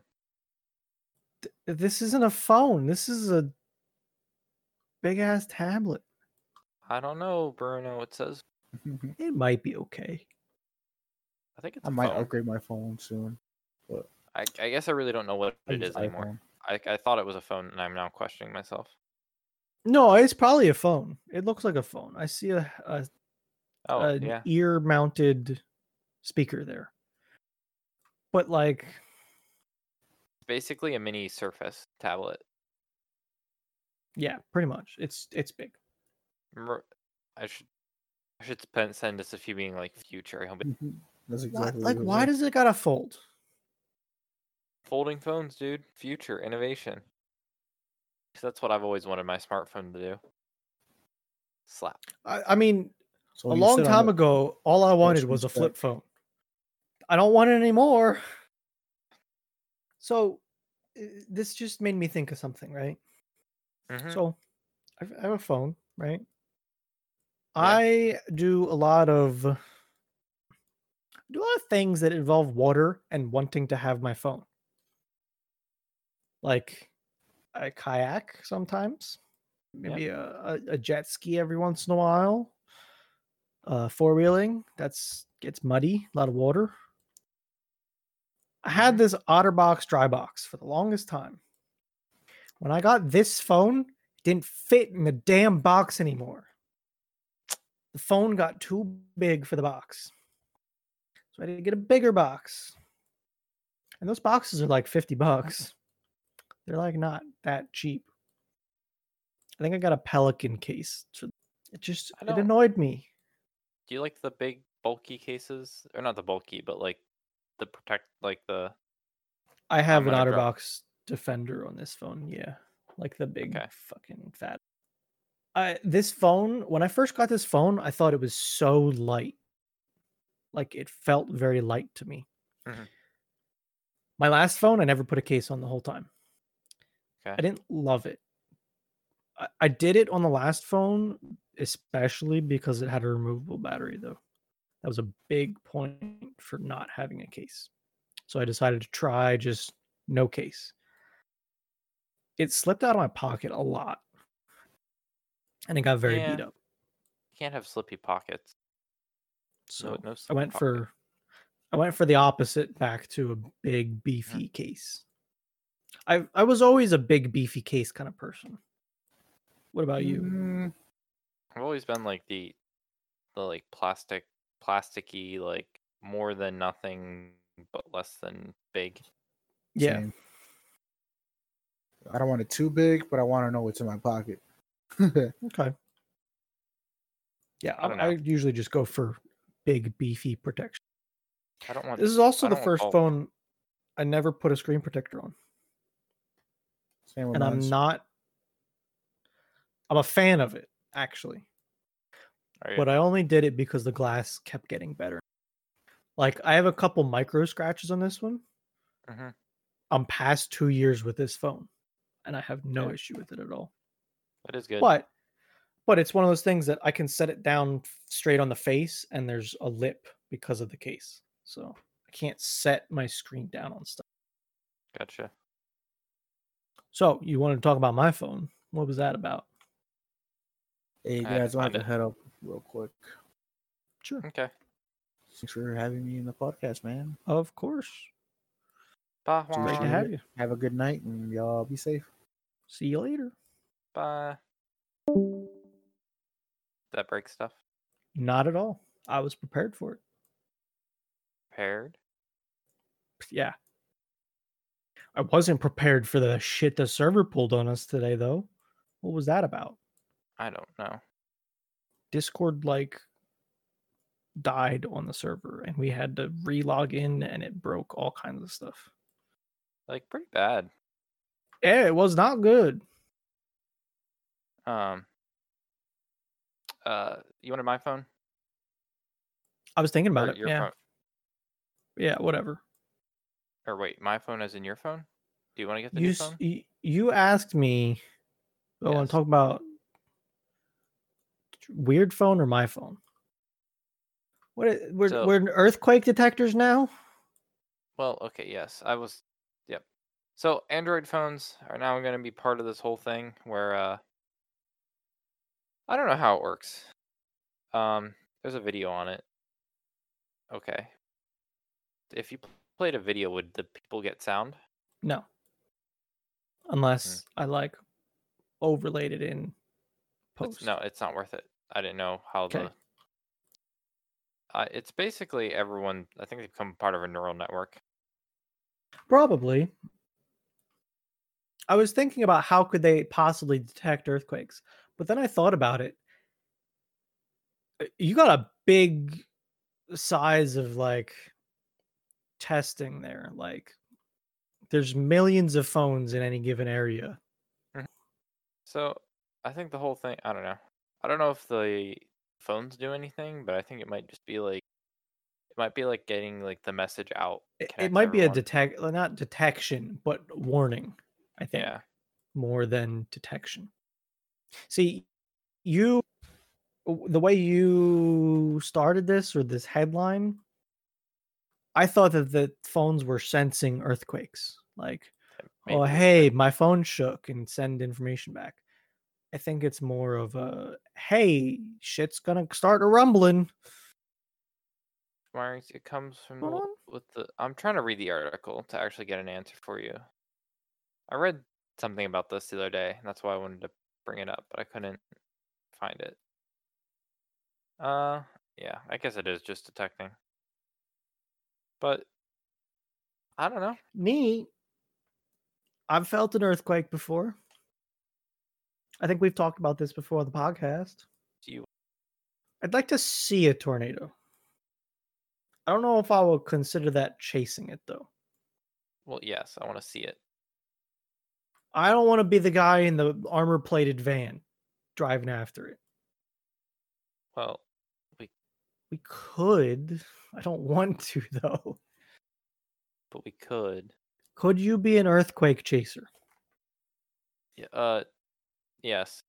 S1: Th- This isn't a phone. This is a big ass tablet.
S2: I don't know, Bruno. It says
S3: I
S1: It might be okay.
S2: I think it's. a
S3: might
S2: phone.
S3: upgrade my phone soon.
S2: I, I guess I really don't know what
S3: I
S2: it
S3: use
S2: is anymore.
S3: iPhone.
S2: I, I thought it was a phone, and I'm now questioning myself.
S1: No, it's probably a phone. It looks like a phone. I see a, a
S2: Oh
S1: an
S2: yeah,
S1: ear mounted speaker there. But like
S2: basically a mini Surface tablet.
S1: yeah, pretty much. It's it's big.
S2: Remember, I should I should spend, send this if you being like future. He'll be
S3: That's
S1: Why-
S3: exactly
S1: like
S3: what it
S1: why
S3: was.
S1: does it gotta fold?
S2: folding phones, dude. Future innovation. 'Cause that's what I've always wanted my smartphone to do. Slap.
S1: I, I mean,
S3: So
S1: a
S3: you
S1: long
S3: sit on
S1: time
S3: the-
S1: ago, all I wanted
S3: Which
S1: was a
S3: one's
S1: flip phone. I don't want it anymore. So uh, this just made me think of something, right?
S2: Mhm.
S1: So I've- I have a phone, right?
S2: Yeah.
S1: I do a lot of do a lot of things that involve water and wanting to have my phone. Like I kayak sometimes, maybe a, a, a jet ski every once in a while. Uh, four wheeling that's gets muddy, a lot of water. I had
S2: Mhm.
S1: this OtterBox dry box for the longest time. When I got this phone, it didn't fit in the damn box anymore. The phone got too big for the box. So I had to get a bigger box. And those boxes are like 50 bucks. They're like not that cheap. I think I got a Pelican case. So it just
S2: I
S1: it
S2: don't-
S1: annoyed me.
S2: Do you like the big bulky cases, or not the bulky, but like the protect, like the
S1: I have an
S2: gonna drop-
S1: OtterBox Defender on this phone. Yeah, like the big
S2: Okay.
S1: fucking fat. I this phone when I first got this phone, I thought it was so light. Like it felt very light to me.
S2: Mhm.
S1: My last phone, I never put a case on the whole time.
S2: Okay.
S1: I didn't love it. I, I did it on the last phone, especially because it had a removable battery, though. That was a big point for not having a case. So I decided to try just no case. It slipped out of my pocket a lot and it got very
S2: Yeah.
S1: beat up.
S2: you can't have slippy pockets.
S1: So
S2: No, no
S1: I
S2: slip
S1: went
S2: pocket.
S1: for I went for the opposite back to a
S2: Mm-hmm.
S1: big beefy case. I I was always a big beefy case kind of person. What about
S2: Mm-hmm.
S1: you?
S3: Mm,
S2: I've always been like the the like plastic plasticky like more than nothing but less than big.
S1: Yeah.
S3: same. I don't want it too big, but I want to know what's in my pocket.
S1: Okay. Yeah,
S2: I
S1: I,
S2: don't
S1: I
S2: know.
S1: usually just go for big beefy protection.
S2: I don't want
S1: This is also
S2: I
S1: the
S2: don't
S1: first
S2: bulk.
S1: phone I never put a screen protector on,
S3: Same
S2: Oh,
S3: with
S1: and I'm
S3: mine's.
S1: not. I'm a fan of it actually.
S2: Are you-
S1: but I only did it because the glass kept getting better. Like I have a couple micro scratches on this one.
S2: Mhm.
S1: I'm past two years with this phone, and I have no
S2: Yeah.
S1: issue with it at all.
S2: That is good.
S1: But but it's one of those things that I can set it down f- straight on the face and there's a lip because of the case. So I can't set my screen down on stuff.
S2: Gotcha.
S1: So you wanted to talk about my phone. What was that about?
S3: Hey
S2: I had
S3: guys,
S2: to
S3: I have
S2: find
S3: to
S2: it.
S3: head up real quick.
S1: Sure.
S2: Okay.
S3: Thanks for having me in the podcast, man.
S1: Of course.
S2: Bye.
S3: It's
S1: Great
S3: Sure.
S1: to have you.
S3: Have a good night, and y'all be safe.
S1: See you later.
S2: Bye. That break stuff
S1: Not at all. I was prepared for it.
S2: prepared.
S1: Yeah. I wasn't prepared for the shit the server pulled on us today though. What was that about?
S2: I don't know.
S1: Discord like died on the server and we had to re-log in and it broke all kinds of stuff.
S2: Like pretty bad.
S1: Yeah, it was not good.
S2: Um. Uh, you wanted my phone?
S1: I was thinking about
S2: Or
S1: it. Yeah.
S2: phone?
S1: Yeah, whatever.
S2: Or wait, my phone is in your phone. Do you want to get the
S1: You
S2: new
S1: s-
S2: phone?
S1: y- you asked me I want
S2: Yes.
S1: to talk about weird phone or my phone. What i- we're
S2: So-
S1: we're in earthquake detectors now?
S2: Well, okay, yes. I was yep. So Android phones are now gonna be part of this whole thing where uh I don't know how it works. Um there's a video on it. Okay. If you p- played a video, would the people get sound?
S1: No. Unless
S2: Mm.
S1: I like overlaid it in
S2: That's-
S1: post.
S2: no, it's not worth it. I didn't know how
S1: 'Kay.
S2: the uh, it's basically everyone I think they become part of a neural network.
S1: Probably. I was thinking about how could they possibly detect earthquakes, but then I thought about it. Uh, You got a big size of like testing there. Like there's millions of phones in any given area.
S2: So I think the whole thing I don't know. I don't know if the phones do anything, but I think it might just be like it might be like getting like the message out.
S1: It, it
S2: connect
S1: might be a
S2: everyone.
S1: detect well, not detection, but warning, I think.
S2: Yeah.
S1: more than detection. See, you w- the way you started this or this headline, I thought that the phones were sensing earthquakes. Like,
S2: maybe
S1: oh
S2: that's
S1: hey, my phone shook and send information back. I think it's more of a hey, shit's gonna start a rumbling.
S2: Marks, It comes from
S1: Hold
S2: the-
S1: on.
S2: with the I'm trying to read the article to actually get an answer for you. I read something about this the other day, and that's why I wanted to bring it up, but I couldn't find it. Uh yeah, I guess it is just detecting. But I don't know.
S1: Me, I've felt an earthquake before. I think we've talked about this before on the podcast.
S2: Do you
S1: I'd like to see a tornado. I don't know if I will consider that chasing it though.
S2: Well, yes, I want to see it.
S1: I don't want to be the guy in the armor plated van driving after it.
S2: Well,
S1: We could. I don't want to though.
S2: but we could.
S1: Could you be an earthquake chaser?
S2: Yeah, uh, yes.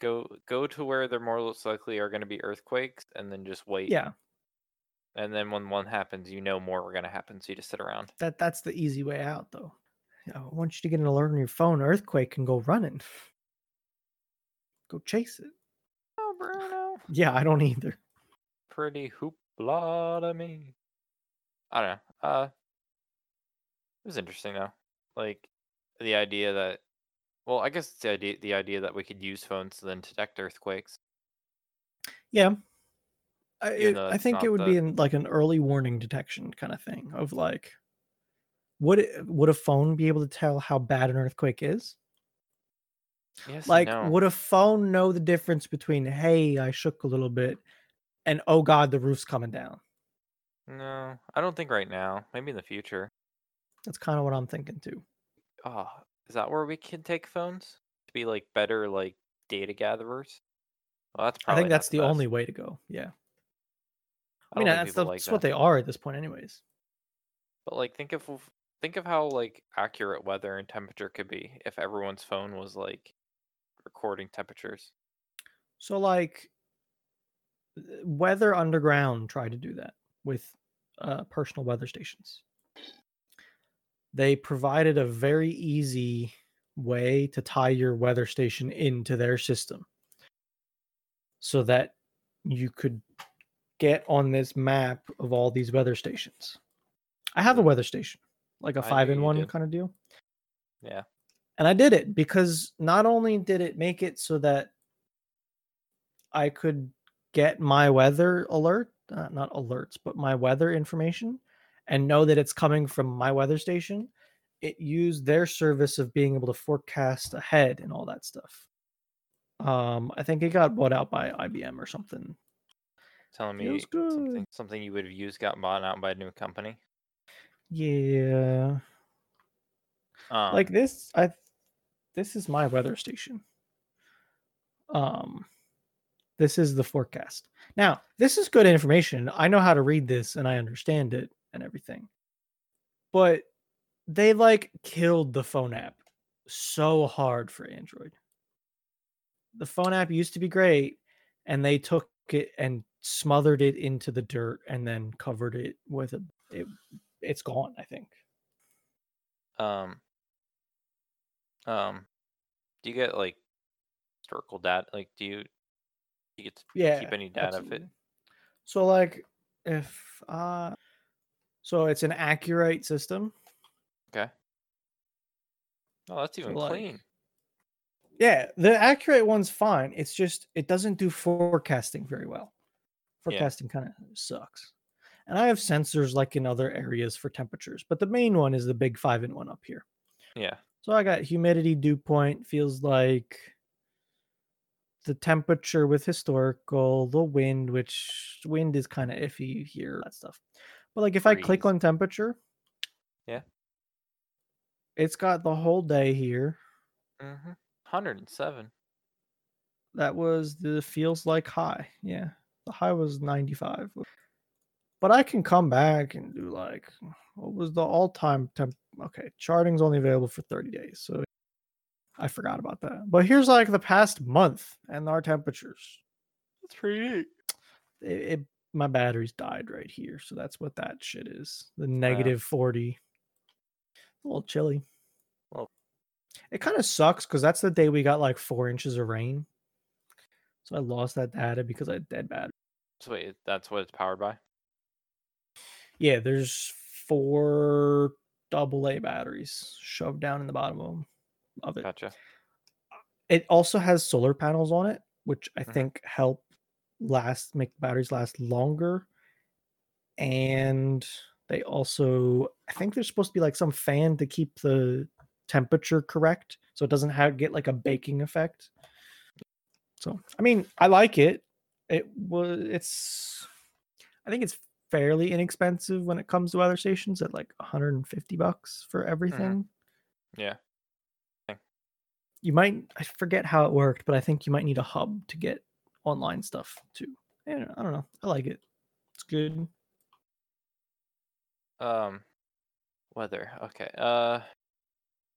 S2: Go go to where there more less likely are going to be earthquakes, and then just wait.
S1: Yeah,
S2: And then when one happens, you know more are going to happen, so you just sit around.
S1: that that's the easy way out though. I want you to get an alert on your phone earthquake and go running. Go chase it.
S2: Oh, Bruno,
S1: Yeah, I don't either.
S2: pretty hoopla to me. I don't know. Uh, it was interesting though. Like the idea that, well, I guess it's the idea the idea that we could use phones to then detect earthquakes.
S1: Yeah. I,
S2: Even
S1: it-
S2: though
S1: I
S2: that's
S1: think
S2: not
S1: it would
S2: the-
S1: be in like an early warning detection kind of thing of like would it, would a phone be able to tell how bad an earthquake is?
S2: Yes. and
S1: Like
S2: no.
S1: would a phone know the difference between hey, I shook a little bit and oh god, the roof's coming down.
S2: No, I don't think right now. Maybe in the future.
S1: That's kind of what I'm thinking too.
S2: Oh, is that where we can take phones to be like better like data gatherers? Well, that's
S1: I
S2: probably.
S1: think
S2: not
S1: that's the,
S2: best.
S1: only way to go. Yeah. I,
S2: don't
S1: mean,
S2: think
S1: that's,
S2: people
S1: the,
S2: like
S1: that's what
S2: that.
S1: they are at this point anyways.
S2: But like, think of think of how like accurate weather and temperature could be if everyone's phone was like recording temperatures.
S1: So like Weather Underground tried to do that with uh, personal weather stations. They provided a very easy way to tie your weather station into their system so that you could get on this map of all these weather stations. I have a weather station, like a
S2: I knew
S1: five in
S2: you
S1: one
S2: did.
S1: kind of deal.
S2: Yeah.
S1: And I did it because not only did it make it so that I could get my weather alert, uh, not alerts, but my weather information and know that it's coming from my weather station, it used their service of being able to forecast ahead and all that stuff. Um, I think it got bought out by IBM or something.
S2: Telling me
S1: Feels
S2: something,
S1: good.
S2: something you would have used got bought out by a new company.
S1: Yeah.
S2: Um,
S1: like this i this is my weather station um this is the forecast now this is good information i know how to read this and i understand it and everything but they like killed the phone app so hard for android the phone app used to be great and they took it and smothered it into the dirt and then covered it with a it, it's gone i think
S2: um um do you get like historical data like do you do you get to
S1: yeah
S2: keep any data of it
S1: absolutely. so like if uh so it's an accurate system
S2: oh that's even
S1: like-
S2: clean
S1: yeah the accurate one's fine it's just it doesn't do forecasting very well
S2: Yeah.
S1: forecasting kind of sucks and i have sensors like in other areas for temperatures but the main one is the big five in one up here
S2: yeah
S1: So I got humidity, dew point, feels like the temperature with historical, the wind, which wind is kind of iffy here, that stuff. But like if I click
S2: Breeze.
S1: on temperature,
S2: Yeah.
S1: It's got the whole day here.
S2: mm-hmm. 107
S1: That was the feels like high. Yeah. The high was 95. But I can come back and do like what was the all time temp okay, charting's only available for 30 days. So I forgot about that. But here's like the past month and our temperatures.
S2: that's pretty neat
S1: It, it my batteries died right here. So that's what that shit is. The negative 40. A little chilly.
S2: Well-
S1: it kind of sucks because that's the day we got like four inches of rain. So I lost that data because I had dead battery.
S2: so wait that's what it's powered by
S1: Yeah, there's four double A batteries shoved down in the bottom of 'em- of it.
S2: gotcha
S1: It also has solar panels on it, which I
S2: Mhm.
S1: think help last make the batteries last longer. And they also, I think there's supposed to be like some fan to keep the temperature correct, so it doesn't have get like a baking effect. So, I mean, I like it. It was, it's, I think it's fairly inexpensive when it comes to weather stations at like 150 bucks for everything
S2: yeah
S1: you might I forget how it worked, but I think you might need a hub to get online stuff too. I don't, I don't know. I like it. It's good.
S2: um weather okay uh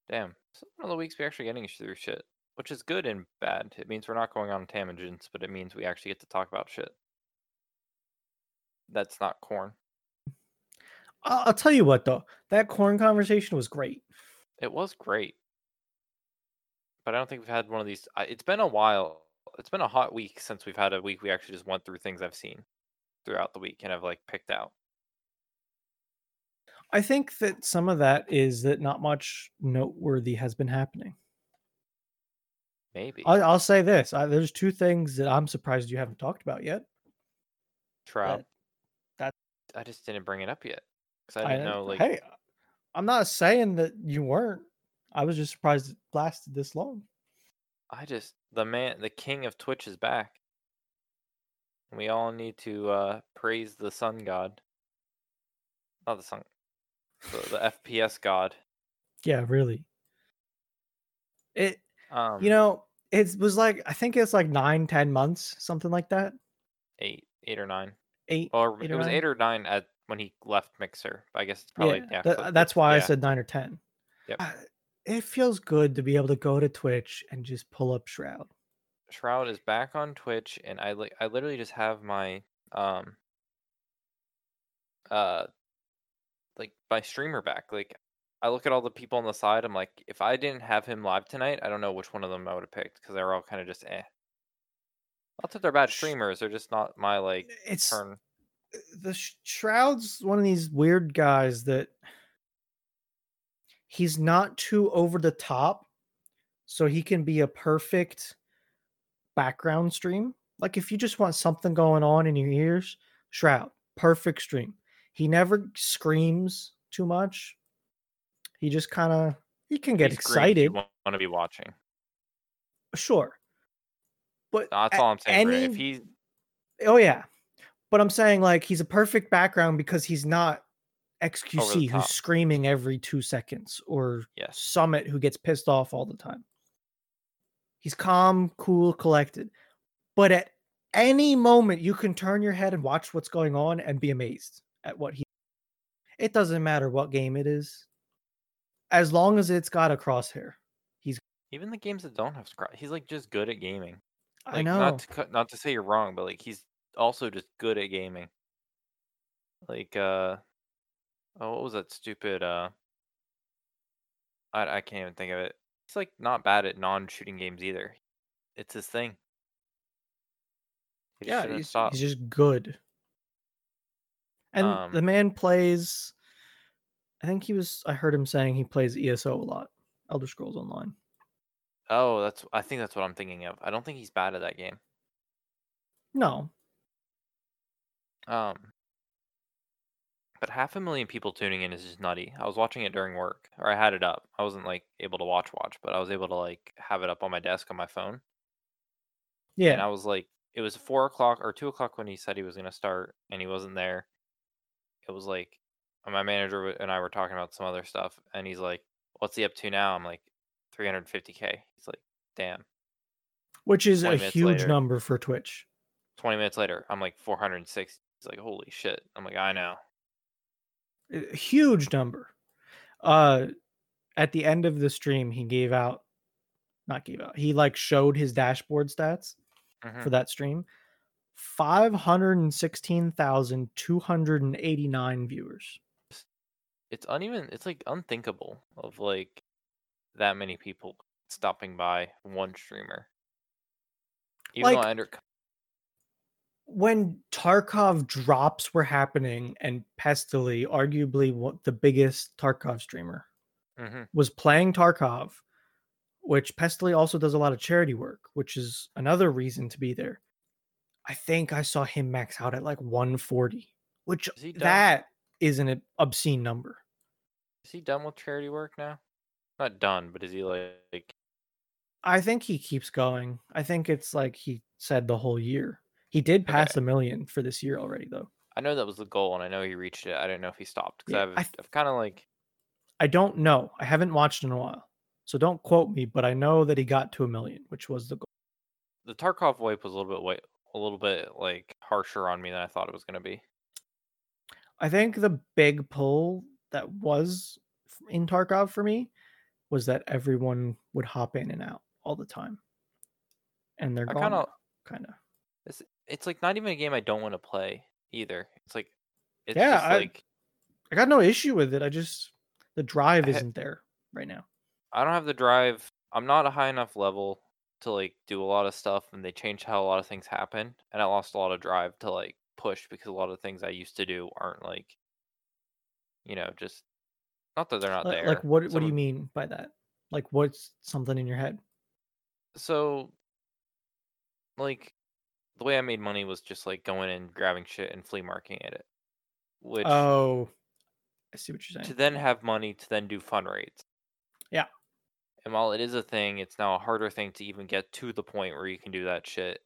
S2: damn so one of the weeks we're actually getting through shit which is good and bad it means we're not going on tangents but it means we actually get to talk about shit that's not corn
S1: I'll, I'll tell you what though, that corn conversation was great.
S2: It was great. But I don't think we've had one of these. I- It's been a while. It's been a hot week since we've had a week we actually just went through things I've seen throughout the week and I've like picked out.
S1: I think that some of that is that not much noteworthy has been happening.
S2: Maybe
S1: I, I'll say this: I, there's two things that I'm surprised you haven't talked about yet.
S2: trout.
S1: that-
S2: I just didn't bring it up yet because I didn't know. Like,
S1: hey, I'm not saying that you weren't. I was just surprised it lasted this long.
S2: I just the man, the king of Twitch is back. And We all need to uh praise the sun god. Not the sun, the, the FPS god.
S1: Yeah, really. It
S2: Um,
S1: you know it was like i think it's like nine ten months something like that
S2: eight, eight or nine.
S1: eight
S2: Or
S1: Eight
S2: it
S1: or
S2: was
S1: nine?
S2: eight or nine at when he left Mixer. I guess it's
S1: yeah,
S2: probably yeah.
S1: tha-
S2: close-
S1: that's why i
S2: yeah.
S1: said nine or ten
S2: Yep.
S1: I, it feels good to be able to go to Twitch and just pull up Shroud.
S2: Shroud is back on Twitch, and I li- I literally just have my um uh like my streamer back. Like I look at all the people on the side. I'm like, if I didn't have him live tonight, I don't know which one of them I would have picked because they're all kind of just eh. Not that they're bad
S1: Sh-
S2: streamers, they're just not my like
S1: It's uh,
S2: turn.
S1: the Sh- Shroud's one of these weird guys that he's not too over the top, so he can be a perfect background stream. Like if you just want something going on in your ears, Shroud, perfect stream. He never screams too much. He just kind of he can get excited,
S2: Want to be watching?
S1: sure. But
S2: That's
S1: a-
S2: all I'm saying. bro.
S1: any
S2: If he
S1: Oh yeah. But I'm saying like he's a perfect background because he's not XQC who's
S2: top.
S1: screaming every 2 seconds or
S2: yes,
S1: Summit who gets pissed off all the time. He's calm, cool, collected. But at any moment you can turn your head and watch what's going on and be amazed at what he It doesn't matter what game it is. As long as it's got a crosshair.
S2: even the games that don't have Scott, he's like just good at gaming.
S1: I
S2: Like,
S1: know.
S2: Not to cut- not to say you're wrong, but like he's also just good at gaming. Like uh, oh, what was that stupid uh? I I can't even think of it. He's like not bad at non-shooting games either. It's his thing. He just
S1: Yeah,
S2: shouldn't
S1: he's,
S2: stop.
S1: he's just good. And the
S2: Um,
S1: man plays. I think he was. I heard him saying he plays ESO a lot. Elder Scrolls Online.
S2: Oh, that's I think that's what I'm thinking of. I don't think he's bad at that game.
S1: No,
S2: Um, but half a million people tuning in is just nutty. I was watching it during work, or I had it up. I wasn't like able to watch watch, but I was able to like have it up on my desk on my phone. And
S1: yeah,
S2: I was like, it was four o'clock or two o'clock when he said he was gonna start, and he wasn't there. It was like and my manager w- and I were talking about some other stuff, and he's like, "What's he up to now?" I'm like, "350k." He's like, "Damn."
S1: which is
S2: 20
S1: a
S2: minutes
S1: huge
S2: later.
S1: number for Twitch.
S2: 20 minutes later, I'm like 460. He's like, "Holy shit!" I'm like, "I know."
S1: A a huge number. Uh, at the end of the stream, he gave out, not gave out. He like showed his dashboard stats
S2: Mhm.
S1: for that stream. Five hundred and sixteen thousand two hundred and eighty nine viewers.
S2: it's uneven it's like unthinkable of like that many people stopping by one streamer even though
S1: Like-
S2: I under-
S1: when Tarkov drops were happening and Pestily, arguably what the biggest Tarkov streamer,
S2: Mhm.
S1: was playing Tarkov, which Pestily also does a lot of charity work, which is another reason to be there. I think I saw him max out at like 140, which
S2: Is he done?
S1: that is an obscene number.
S2: is he done with charity work now not done but is he like, like
S1: I think he keeps going. I think it's like he said the whole year. He did
S2: Okay.
S1: pass a million for this year already, though.
S2: i know that was the goal and i know he reached it i don't know if he stopped because
S1: Yeah, I
S2: i've,
S1: th-
S2: I've kind of like
S1: I don't know. I haven't watched in a while. So don't quote me, but I know that he got to a million, which was the goal.
S2: the tarkov wipe was a little bit wa a little bit like harsher on me than i thought it was going to be
S1: I think the big pull that was f- in Tarkov for me was that everyone would hop in and out all the time. And they're
S2: I
S1: gone
S2: kinda-
S1: kind of.
S2: it's like not even a game i don't want to play either it's like it's
S1: Yeah,
S2: just
S1: I-
S2: like
S1: I got no issue with it. I just the drive
S2: I ha-
S1: isn't there right now.
S2: I don't have the drive. I'm not a high enough level to like do a lot of stuff, and they changed how a lot of things happen, and I lost a lot of drive to like push because a lot of things I used to do aren't like, you know, just not that they're not
S1: Like,
S2: there.
S1: like what what
S2: Some
S1: do
S2: of-
S1: you mean by that? Like what's something in your head?
S2: So, like, the way I made money was just like going and grabbing shit and flea marking at it, which
S1: oh, I see what you're
S2: to
S1: saying.
S2: then have money to then do fund rates.
S1: Yeah.
S2: And while it is a thing, it's now a harder thing to even get to the point where you can do that shit.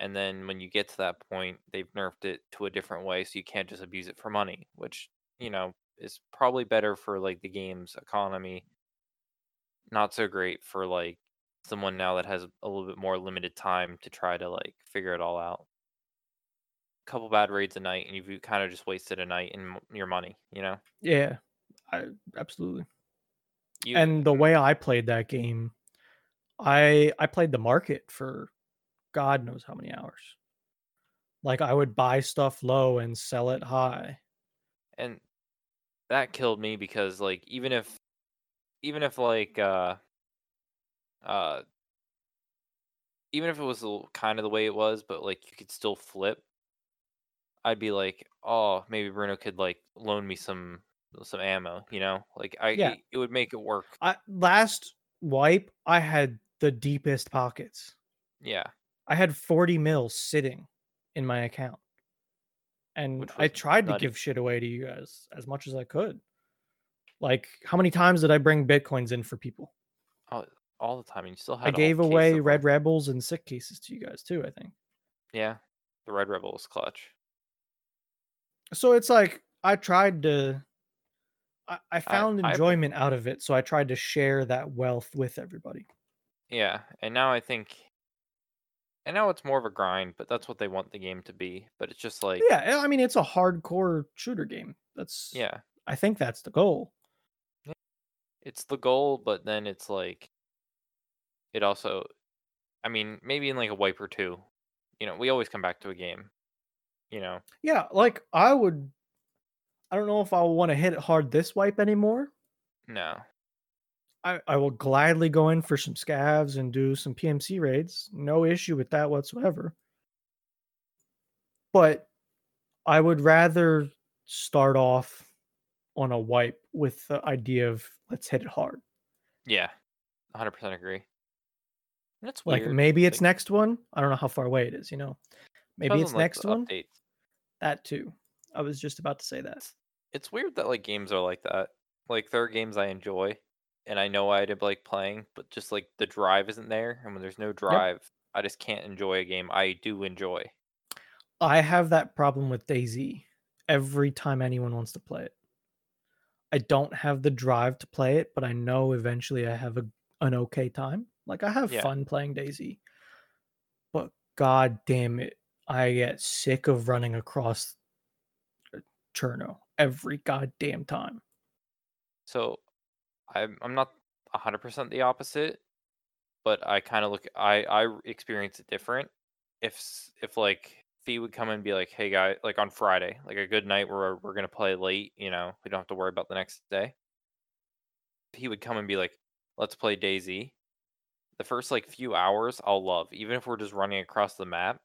S2: And then when you get to that point, they've nerfed it to a different way, so you can't just abuse it for money, which you know is probably better for like the game's economy. Not so great for like someone now that has a little bit more limited time to try to like figure it all out. couple bad raids a night, and you've kind of just wasted a night and m- your money, you know.
S1: Yeah, I absolutely.
S2: You,
S1: and the way I played that game, I I played the market for God knows how many hours. Like I would buy stuff low and sell it high.
S2: and that killed me because like even if even if like uh uh even if it was the l- kind of the way it was but like you could still flip i'd be like oh maybe bruno could like loan me some some ammo you know like i
S1: Yeah.
S2: it, it would make it work
S1: I last wipe I had the deepest pockets.
S2: yeah
S1: I had 40 mil sitting in my account. And
S2: Which
S1: I
S2: was
S1: tried to
S2: nutty.
S1: give shit away to you guys as much as I could. Like how many times did I bring bitcoins in for people?
S2: all the time and you still had
S1: I
S2: a whole
S1: gave
S2: case
S1: away
S2: of
S1: red
S2: them.
S1: rebels and sick cases to you guys too, I think.
S2: yeah the red rebel was clutch
S1: so it's like i tried to i, I found
S2: I-
S1: enjoyment out of it so i tried to share that wealth with everybody
S2: Yeah, and now I think, and now it's more of a grind, but that's what they want the game to be. But it's just like,
S1: yeah i mean it's a hardcore shooter game that's
S2: yeah,
S1: i think that's the goal
S2: it's the goal, but then it's like, it also, I mean, maybe in like a wipe or two, you know, we always come back to a game, you know,
S1: yeah like i would i don't know if i want to hit it hard this wipe anymore
S2: no,
S1: I, I will gladly go in for some scavs and do some PMC raids. No issue with that whatsoever. But I would rather start off on a wipe with the idea of let's hit it hard.
S2: yeah, hundred percent agree. And it's
S1: Like
S2: weird.
S1: maybe it's
S2: like,
S1: next one. I don't know how far away it is, you know. Maybe
S2: depends
S1: it's
S2: on, like,
S1: next
S2: the
S1: one.
S2: updates.
S1: That too. I was just about to say that.
S2: It's weird that like games are like that. Like there are games I enjoy, and I know I did like playing, but just like the drive isn't there, and when there's no drive, I just can't enjoy a game I do enjoy.
S1: I have that problem with Daisy every time anyone wants to play it. I don't have the drive to play it, but I know eventually I have a, an okay time. Like I have
S2: Yeah.
S1: fun playing Daisy. But god damn it, I get sick of running across uh, Cherno every goddamn time.
S2: So, I'm I'm not hundred percent the opposite, but I kind of look I I r- experience it different. If s- if like Fee would come and be like, hey guy, like on Friday, like a good night where we're gonna play late, you know, we don't have to worry about the next day. He would come and be like, let's play Daisy. The first like few hours, I'll love, even if we're just running across the map.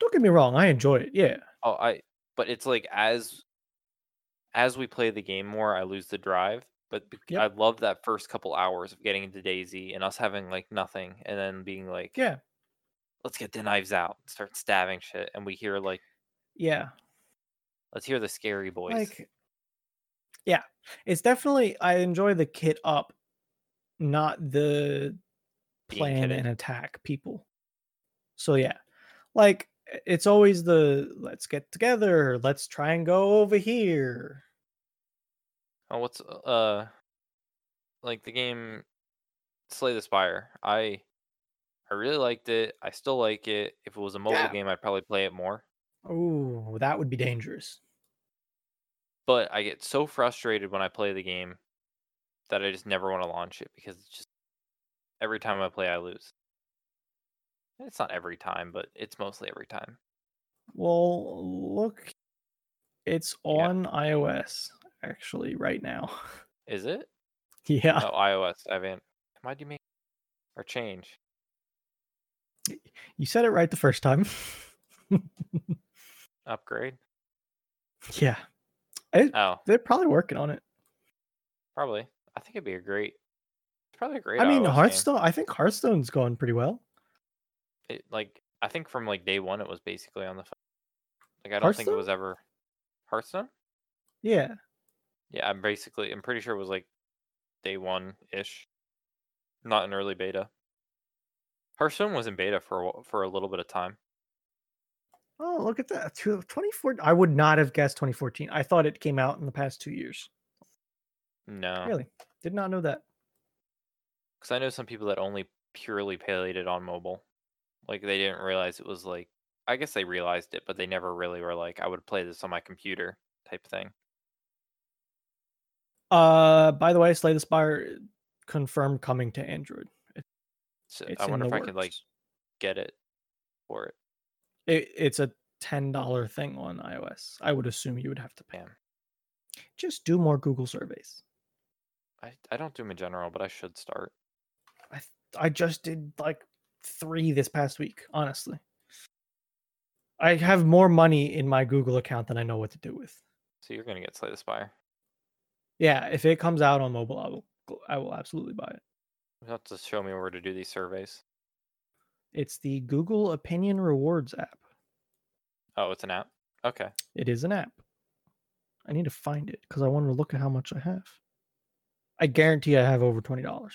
S1: Don't get me wrong, I enjoy it. Yeah.
S2: Oh, I. But it's like as as we play the game more, I lose the drive. But bec-
S1: Yep.
S2: I love that first couple hours of getting into Daisy and us having like nothing, and then being like,
S1: Yeah.
S2: let's get the knives out, start stabbing shit, and we hear like,
S1: Yeah.
S2: let's hear the scary voice.
S1: Like, yeah, it's definitely. I enjoy the kit up, not the
S2: Being
S1: plan
S2: kitted.
S1: and attack people. So yeah, like i- it's always the let's get together, let's try and go over here.
S2: oh, what's uh, like the game, Slay the Spire. I I really liked it. I still like it. If it was a mobile
S1: Yeah.
S2: game, I'd probably play it more.
S1: Oh, that would be dangerous.
S2: but I get so frustrated when I play the game that I just never want to launch it because it's just every time I play I lose. It's not every time, but it's mostly every time.
S1: Well, look, it's
S2: Yeah.
S1: on iOS actually right now.
S2: Is it?
S1: yeah,
S2: Oh, iOS. I haven't. Why do you make or change?
S1: you said it right the first time.
S2: Upgrade?
S1: yeah, it,
S2: Oh,
S1: they're probably working on it.
S2: probably. I think it'd be a great. It's probably a great.
S1: I mean,
S2: iOS game.
S1: Hearthstone. I think Hearthstone's going pretty well.
S2: It, like I think from like day one, it was basically on the phone. Like I don't think it
S1: Hearthstone?
S2: was ever Hearthstone.
S1: Yeah,
S2: Yeah, I'm basically I'm pretty sure it was like day one ish, not an early beta. Hearthstone was in beta for a, wh- for a little bit of time.
S1: Oh, look at that. Two- 2014. I would not have guessed 2014. I thought it came out in the past two years.
S2: No,
S1: Really? Did not know that.
S2: because I know some people that only purely played it on mobile. Like they didn't realize it was like I guess they realized it, but they never really were like I would play this on my computer type thing.
S1: Uh, by the way, Slay the Spire confirmed coming to Android. It,
S2: So
S1: it's
S2: I
S1: in
S2: wonder if
S1: the
S2: I could like
S1: works.
S2: get it for it.
S1: it, it's a ten dollar thing on iOS. I would assume you would have to pay.
S2: Man,
S1: Just do more Google surveys.
S2: I, I don't do them in general, but I should start.
S1: I th- I just did like three this past week. Honestly, I have more money in my Google account than I know what to do with.
S2: So you're gonna get Slay the Spire.
S1: Yeah, if it comes out on mobile, I will gl- I will absolutely buy it.
S2: You have to show me where to do these surveys.
S1: It's the Google Opinion Rewards app.
S2: Oh, it's an app. Okay.
S1: It is an app. I need to find it because I want to look at how much I have. I guarantee I have over twenty dollars.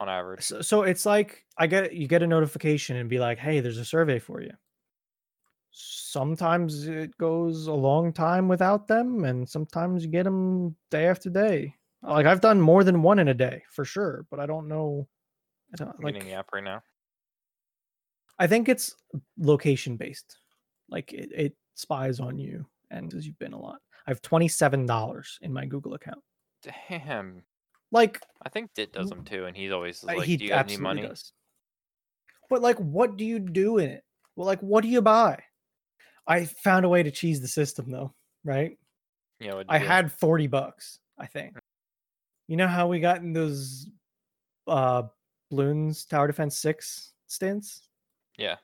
S2: On average.
S1: So, so it's like I get you get a notification and be like, "Hey, there's a survey for you." Sometimes it goes a long time without them, and sometimes you get them day after day. Like I've done more than one in a day for sure, but I don't know. I don't
S2: I'm
S1: like.
S2: getting the app right now.
S1: I think it's location based. Like it, it spies on you and as you've been a lot. I have twenty seven dollars in my Google account.
S2: Damn.
S1: Like
S2: I think Dit does them too, and he's always is
S1: Uh,
S2: like, "Do you have any
S1: absolutely
S2: money?"
S1: does. But like, what do you do in it? Well, like, what do you buy? I found a way to cheese the system though, right?
S2: You know,
S1: I had 40 bucks, I think. You know how we got in those uh balloons tower defense six stints?
S2: Yeah.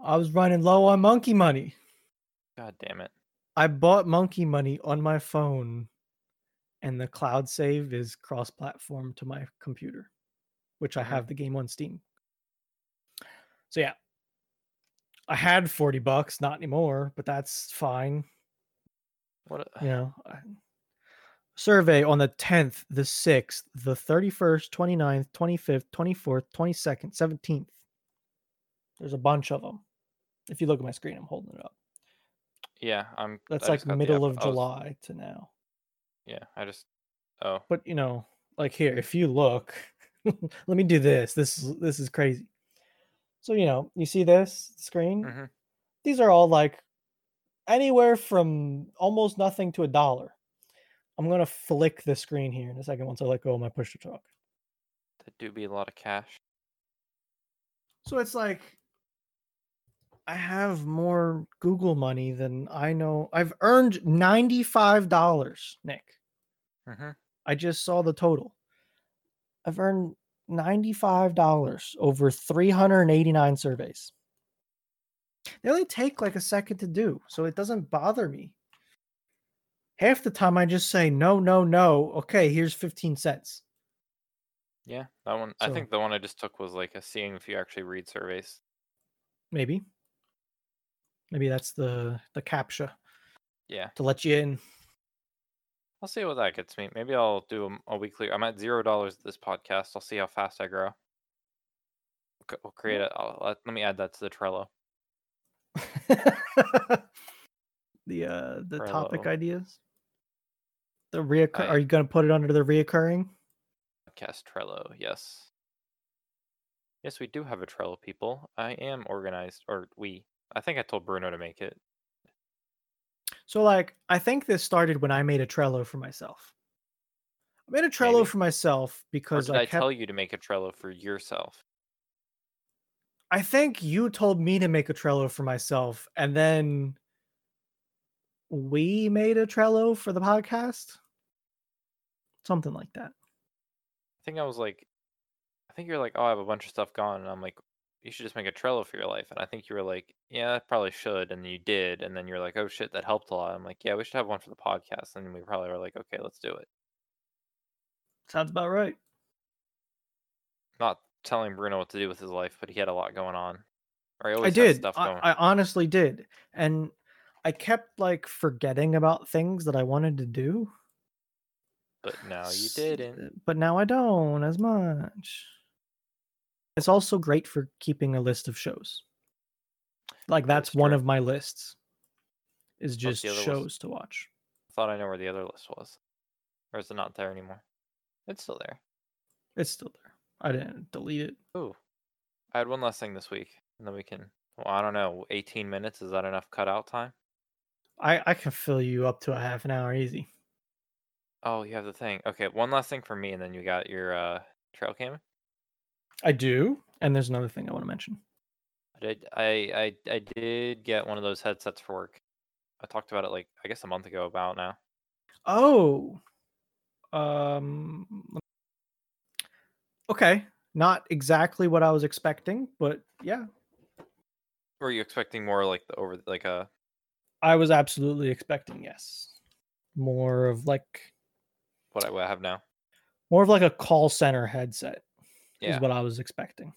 S1: I was running low on monkey money.
S2: God damn it.
S1: I bought monkey money on my phone, and the cloud save is cross platform to my computer, which I
S2: Mhm.
S1: have the game on Steam. So, yeah, I had 40 bucks, not anymore, but that's fine.
S2: What? A,
S1: You know, I- survey on the 10th, the 6th, the 31st, 29th, 25th, 24th, 22nd, 17th. There's a bunch of them. If you look at my screen, I'm holding it up.
S2: Yeah, I'm.
S1: That's
S2: I
S1: like
S2: just got the
S1: middle
S2: app.
S1: of
S2: I was-
S1: July to now.
S2: yeah, I just. Oh,
S1: but you know like here if you look let me do this this is this is crazy so you know you see this screen
S2: mhm.
S1: these are all like anywhere from almost nothing to a dollar i'm gonna flick the screen here in a second once i let go of my push to talk
S2: that do be a lot of cash.
S1: so it's like i have more google money than i know i've earned $95 nick
S2: hmm
S1: I just saw the total. I've earned $95 over 389 surveys. They only take like a second to do, so it doesn't bother me. Half the time I just say, no, no, no. Okay, here's 15 cents.
S2: Yeah, that one. I
S1: So-
S2: think the one I just took was like a seeing if you actually read surveys.
S1: Maybe. Maybe that's the the captcha
S2: Yeah,
S1: to let you in.
S2: I'll see what that gets me. Maybe I'll do a- a, weekly. I'm at zero dollars this podcast. I'll see how fast I grow. Okay, We'll create it. I'll, let, let me add that to the Trello.
S1: the uh the topic
S2: Trello.
S1: ideas. The reoccur
S2: I-
S1: are you gonna put it under the reoccurring?
S2: Podcast Trello. Yes. Yes, we do have a Trello, people. I am organized, or we. I think I told Bruno to make it.
S1: So like I think this started when I made a Trello for myself. I made a Trello
S2: Maybe.
S1: for myself
S2: Or
S1: because
S2: did
S1: I,
S2: I,
S1: kept
S2: tell you to make a Trello for yourself?
S1: I think you told me to make a Trello for myself and then we made a Trello for the podcast. Something like that.
S2: I think I was like, I think you're like, oh, I have a bunch of stuff gone, and I'm like, you should just make a Trello for your life. And I think you were like, yeah, I probably should, and you did, and then you're like, oh shit, that helped a lot. I'm like, yeah, we should have one for the podcast, and we probably were like, okay, let's do it.
S1: Sounds about right.
S2: Not telling Bruno what to do with his life, but he had a lot going on. Or he
S1: I
S2: always has
S1: did.
S2: stuff
S1: I,
S2: going.
S1: I honestly did. And I kept like forgetting about things that I wanted to do.
S2: but no, you
S1: S-
S2: didn't.
S1: But now I don't as much. It's also great for keeping a list of shows. Like
S2: That's
S1: that's one
S2: true.
S1: of my lists. Is
S2: What's
S1: just
S2: the other list?
S1: shows to watch.
S2: Thought I know where the other list was, or is it not there anymore? It's still there.
S1: It's still there. I didn't delete it.
S2: Ooh, I had one last thing this week, and then we can. Well, I don't know. 18 minutes is that enough cutout time?
S1: I I can fill you up to a half an hour easy.
S2: Oh, you have the thing. Okay, one last thing for me, and then you got your uh, trail cam.
S1: I do, and there's another thing I want to mention.
S2: I did. I, I I did get one of those headsets for work. I talked about it like I guess a month ago about now.
S1: Oh, um, lem- okay, not exactly what I was expecting, but yeah,
S2: Were you expecting more like the over like uh, a
S1: I was absolutely expecting yes, more of like
S2: what I, what I have now?
S1: more of like a call center headset
S2: Yeah,
S1: is what I was expecting.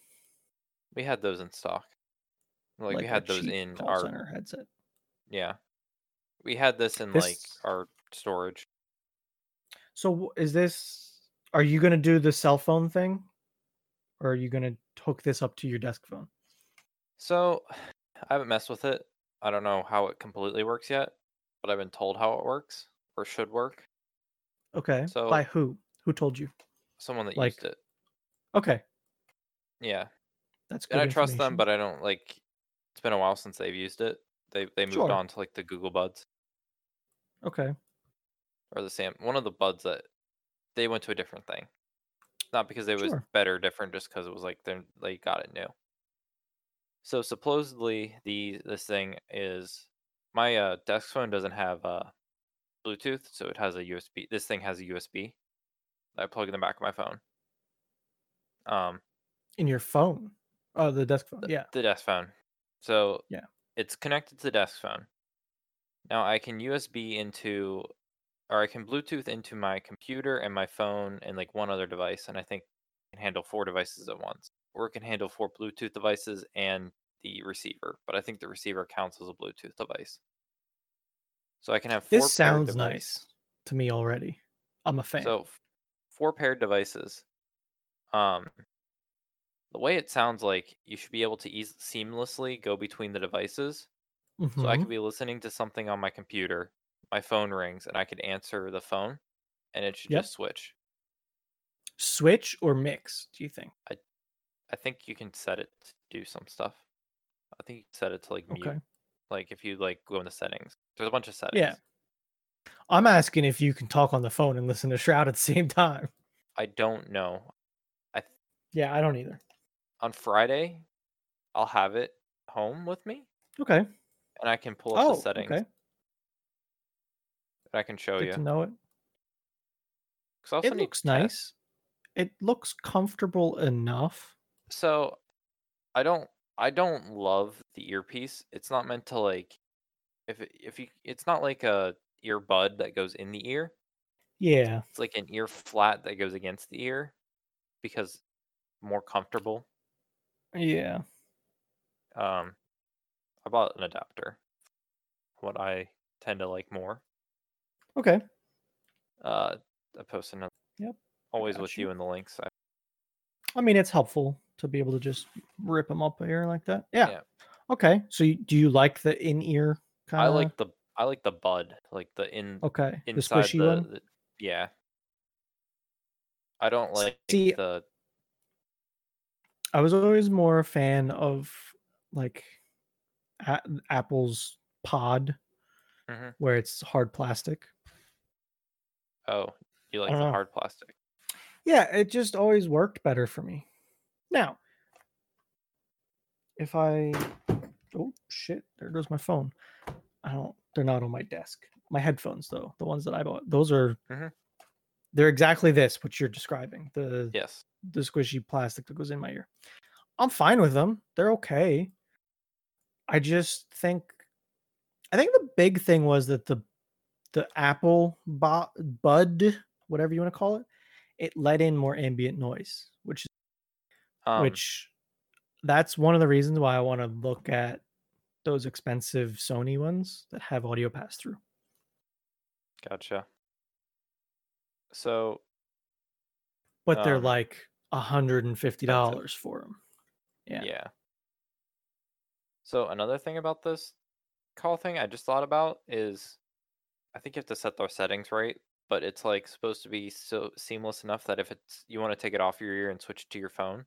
S2: we had those in stock. Like, we
S1: a
S2: had those
S1: cheap
S2: in
S1: call
S2: our
S1: center headset.
S2: yeah. We had this in like
S1: This-
S2: our storage.
S1: So w- is this? Are you gonna do the cell phone thing, or are you gonna hook this up to your desk phone?
S2: So I haven't messed with it. I don't know how it completely works yet, but I've been told how it works or should work.
S1: Okay. By
S2: So-
S1: who? Who told you?
S2: Someone that
S1: Like-
S2: used it.
S1: Okay,
S2: Yeah.
S1: that's good.
S2: And I trust them,
S1: information.
S2: but I don't like it's been a while since they've used it. They they moved
S1: Sure.
S2: on to like the Google Buds
S1: okay,
S2: or the Sam one of the buds that they went to a different thing. Not because it was
S1: Sure.
S2: better, different, just because it was like they they got it new. So supposedly the this thing is my uh, desk phone doesn't have uh, Bluetooth, so it has a USB. This thing has a USB that I plug in the back of my phone. Um,
S1: in your phone. Oh, the desk phone.
S2: th-
S1: Yeah.
S2: the desk phone. So
S1: Yeah.
S2: it's connected to the desk phone. Now I can USB into, or I can Bluetooth into my computer and my phone and like one other device, and I think it can handle four devices at once, or it can handle four Bluetooth devices and the receiver. But I think the receiver counts as a Bluetooth device, so I can have four.
S1: This
S2: paired
S1: sounds
S2: device-
S1: nice to me already. I'm a fan.
S2: So f- four paired devices. Um, the way it sounds like you should be able to eas- seamlessly go between the devices. So I
S1: Mhm.
S2: could be listening to something on my computer, my phone rings, and I could answer the phone, and it should
S1: Yep.
S2: just switch.
S1: switch or mix? Do you think?
S2: I think you can set it to do some stuff. I think you can set it to like mute.
S1: Okay.
S2: Like if you like go into settings, there's a bunch of settings.
S1: Yeah. I'm asking if you can talk on the phone and listen to Shroud at the same time.
S2: I don't know. I th-
S1: Yeah, I don't either.
S2: on Friday, I'll have it home with me,
S1: Okay.
S2: and I can pull up
S1: Oh,
S2: the settings. Oh,
S1: okay.
S2: that I can show
S1: Good
S2: you.
S1: to know it.
S2: 'Cause I also
S1: It
S2: need
S1: looks
S2: to test-
S1: nice. It looks comfortable enough.
S2: So I don't I don't love the earpiece. It's not meant to like if it- if you it's not like a earbud that goes in the ear.
S1: Yeah.
S2: It's like an ear flat that goes against the ear because more comfortable.
S1: Yeah.
S2: Um I bought an adapter. What I tend to like more.
S1: Okay.
S2: Uh I posted another
S1: Yep,
S2: Always
S1: got
S2: with
S1: you.
S2: you in the links. I,
S1: I mean, it's helpful to be able to just rip them up here like that. Yeah.
S2: Yeah.
S1: Okay. So, you, do you like the in-ear kind
S2: I
S1: of?
S2: like the I like the bud, like the in
S1: Okay. The
S2: inside
S1: squishy
S2: the,
S1: one.
S2: the- yeah. I don't
S1: S-
S2: like
S1: see,
S2: the
S1: I was always more a fan of like a- Apple's Pod,
S2: Mhm.
S1: where it's hard plastic.
S2: oh, you like
S1: don't
S2: the
S1: know.
S2: hard plastic.
S1: Yeah, it just always worked better for me. Now, if I oh shit, there goes my phone. I don't. They're not on my desk. My headphones, though, the ones that I bought, those are.
S2: Mhm.
S1: They're exactly this what you're describing. The
S2: Yes.
S1: the squishy plastic that goes in my ear. I'm fine with them. They're okay. I just think I think the big thing was that the the Apple bo- bud, whatever you want to call it, it let in more ambient noise, which
S2: Um,
S1: which that's one of the reasons why I want to look at those expensive Sony ones that have audio pass through.
S2: gotcha. So
S1: But they're
S2: Um,
S1: like $150 for them.
S2: yeah.
S1: Yeah.
S2: So another thing about this call thing I just thought about is I think you have to set the settings right, but it's like supposed to be so seamless enough that if it's you want to take it off your ear and switch it to your phone,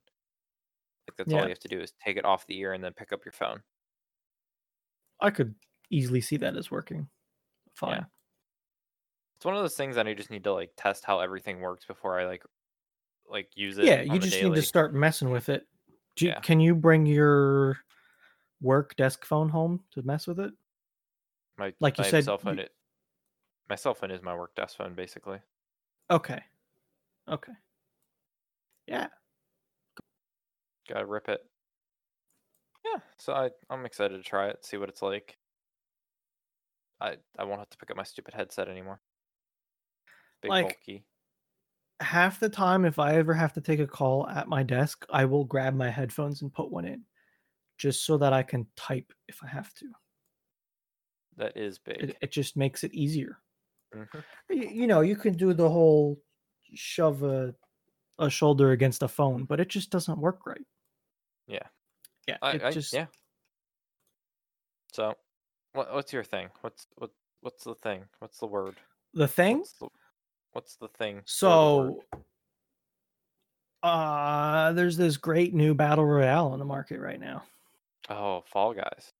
S2: like that's all
S1: Yeah.
S2: you have to do is take it off the ear and then pick up your phone.
S1: I could easily see that as working fine.
S2: It's one of those things that I just need to like test how everything works before I like like use it.
S1: Yeah,
S2: on
S1: you
S2: the
S1: just need
S2: daily.
S1: to start messing with it. Do you,
S2: Yeah.
S1: Can you bring your work desk phone home to mess with it?
S2: my,
S1: like you
S2: my
S1: said,
S2: Cell phone,
S1: you-
S2: it, my cell phone is my work desk phone, basically.
S1: Okay. Okay.
S2: Gotta rip it. Yeah, so I I'm excited to try it, see what it's like. I I won't have to pick up my stupid headset anymore. Big
S1: Like-
S2: bulky.
S1: Half the time, if I ever have to take a call at my desk, I will grab my headphones and put one in just so that I can type if I have to.
S2: That is big.
S1: It, it just makes it easier.
S2: Mhm.
S1: You, you know, you can do the whole shove a, a shoulder against a phone, but it just doesn't work right.
S2: Yeah.
S1: Yeah.
S2: I,
S1: it
S2: I-
S1: just,
S2: yeah. So, what what's your thing? What's what what's the thing? What's the word?
S1: The thing
S2: What's the, what's the thing? or the word?
S1: So uh there's this great new battle royale on the market right now.
S2: oh, Fall Guys.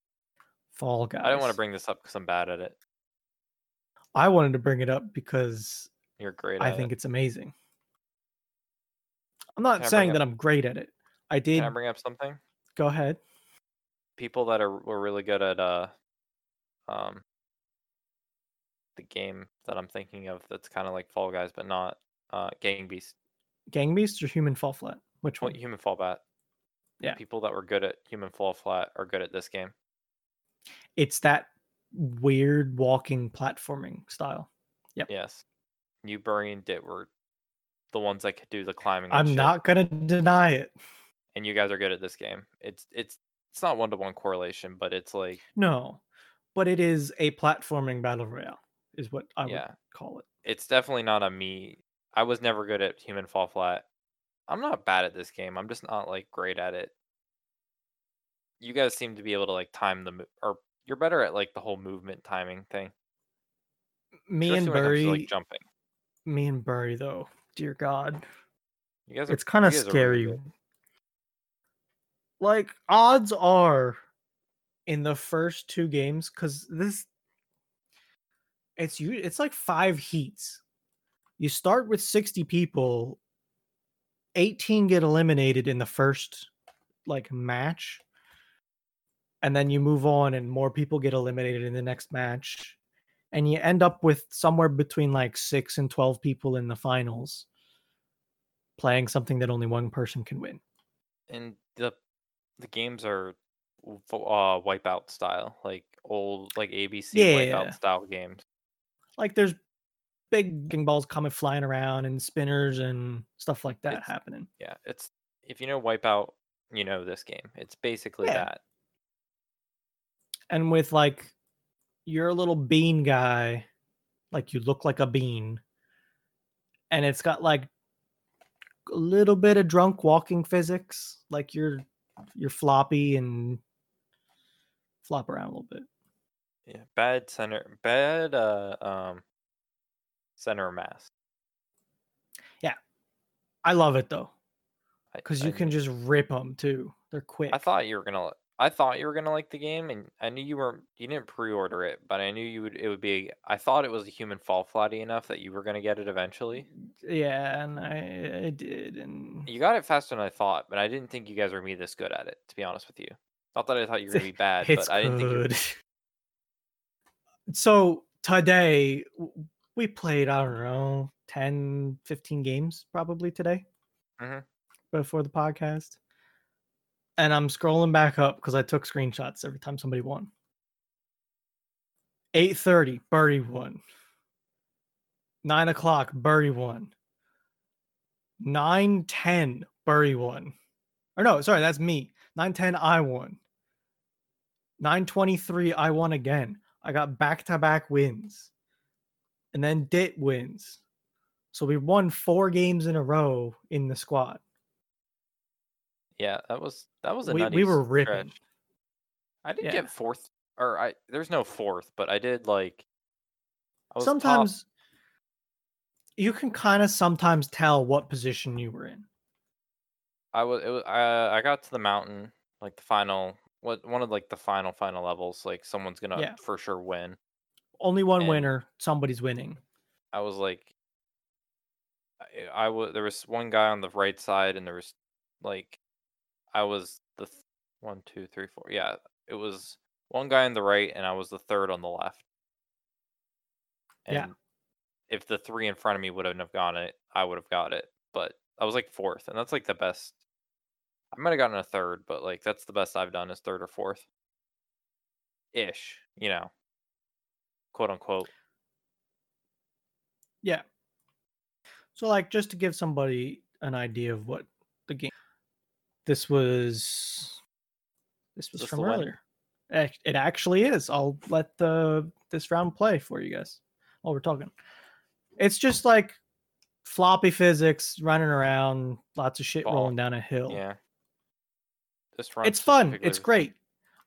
S1: Fall Guys.
S2: I didn't want to bring this up because I'm bad at it.
S1: I wanted to bring it up because
S2: You're great.
S1: I
S2: at
S1: think
S2: it.
S1: it's amazing. I'm not
S2: Can I bring
S1: saying
S2: up-
S1: that I'm great at it. I did
S2: Can I bring up something?
S1: go ahead.
S2: people that are were really good at uh um the game that I'm thinking of that's kind of like Fall Guys but not uh Gang Beast.
S1: Gang Beast or Human Fall Flat? Which
S2: What
S1: one?
S2: Human Fall Bat.
S1: Mm. Yeah.
S2: People that were good at Human Fall Flat are good at this game.
S1: It's that weird walking platforming style.
S2: Yes. You Burry and Dit were the ones that could do the climbing. and
S1: I'm
S2: shit,
S1: not gonna deny it.
S2: and you guys are good at this game. It's it's it's not one to one correlation, but it's like
S1: No. But it is a platforming battle royale, is what I
S2: yeah.
S1: would call it.
S2: it's definitely not a me. I was never good at human fall flat. I'm not bad at this game. I'm just not like great at it. You guys seem to be able to like time the mo- or you're better at like the whole movement timing thing.
S1: Me
S2: especially
S1: and
S2: when it comes
S1: Burry
S2: to, like jumping.
S1: me and Burry though. Dear God,
S2: You guys are
S1: it's kind of
S2: you guys are really
S1: scary.
S2: good.
S1: like odds are, in the first two games, because this, it's you. It's like five heats. You start with sixty people. Eighteen get eliminated in the first like match, and then you move on, and more people get eliminated in the next match. And you end up with somewhere between like six and 12 people in the finals playing something that only one person can win.
S2: and the the games are w- fo- uh wipeout style, like old like ABC
S1: Yeah.
S2: wipeout style games.
S1: Like there's big bowling balls coming flying around and spinners and stuff like that
S2: It's-
S1: happening.
S2: Yeah, it's if you know Wipeout, you know this game. It's basically
S1: Yeah.
S2: that.
S1: And with like you're a little bean guy, like you look like a bean. And it's got like a little bit of drunk walking physics. Like you're you're floppy and flop around a little bit.
S2: Yeah, bad center, bad uh um center of mass.
S1: I love it though.
S2: I-
S1: Because
S2: I
S1: you can
S2: knew-
S1: just rip them too. They're quick.
S2: I thought you were gonna. li- I thought you were gonna like the game, and I knew you weren't. You didn't pre-order it, but I knew you would. It would be. I thought it was a human fall flatty enough that you were gonna get it eventually.
S1: Mm. Yeah, and I, I did, and
S2: You got it faster than I thought, but I didn't think you guys were gonna be this good at it. To be honest with you, not that I thought you were gonna be bad,
S1: it's
S2: but I didn't think you.
S1: good. so today w- we played I don't know 10, 15 games probably today
S2: Mhm.
S1: before the podcast, and I'm scrolling back up because I took screenshots every time somebody won. Eight thirty, Birdie won. Nine o'clock, Birdie won. Nine ten, Birdie won. Or no, sorry, that's me. Nine ten, I won. 923 i won again i got back-to-back wins and then dit wins so we won four games in a row in the squad
S2: Yeah, that was that was a
S1: we,
S2: nutty
S1: we were ripping
S2: stretch. I didn't
S1: Yeah.
S2: get fourth, or I there's no fourth, but I did like. I was top-
S1: sometimes you can kind of sometimes tell what position you were in
S2: I was, it was uh, I got to the mountain, like the final, what one of like the final final levels, like someone's gonna
S1: Yeah.
S2: for sure win.
S1: only one
S2: And-
S1: winner somebody's winning
S2: I was like, I, I was there was one guy on the right side, and there was like, I was the th- one, two, three, four. Yeah, it was one guy on the right, and I was the third on the left. And
S1: Yeah.
S2: if the three in front of me wouldn't have gotten it, I would have got it. But I was like fourth, and that's like the best. I might have gotten a third, but like that's the best I've done is third or fourth, ish. You know, quote unquote.
S1: So, like, just to give somebody an idea of what the game, this was, this was
S2: Is this
S1: from
S2: the
S1: earlier. Ac- It actually is. I'll let the this round play for you guys while we're talking. It's just like floppy physics, running around, lots of shit
S2: Ball.
S1: rolling down a hill.
S2: Yeah. This run
S1: it's fun.
S2: specifically
S1: It's
S2: was-
S1: great.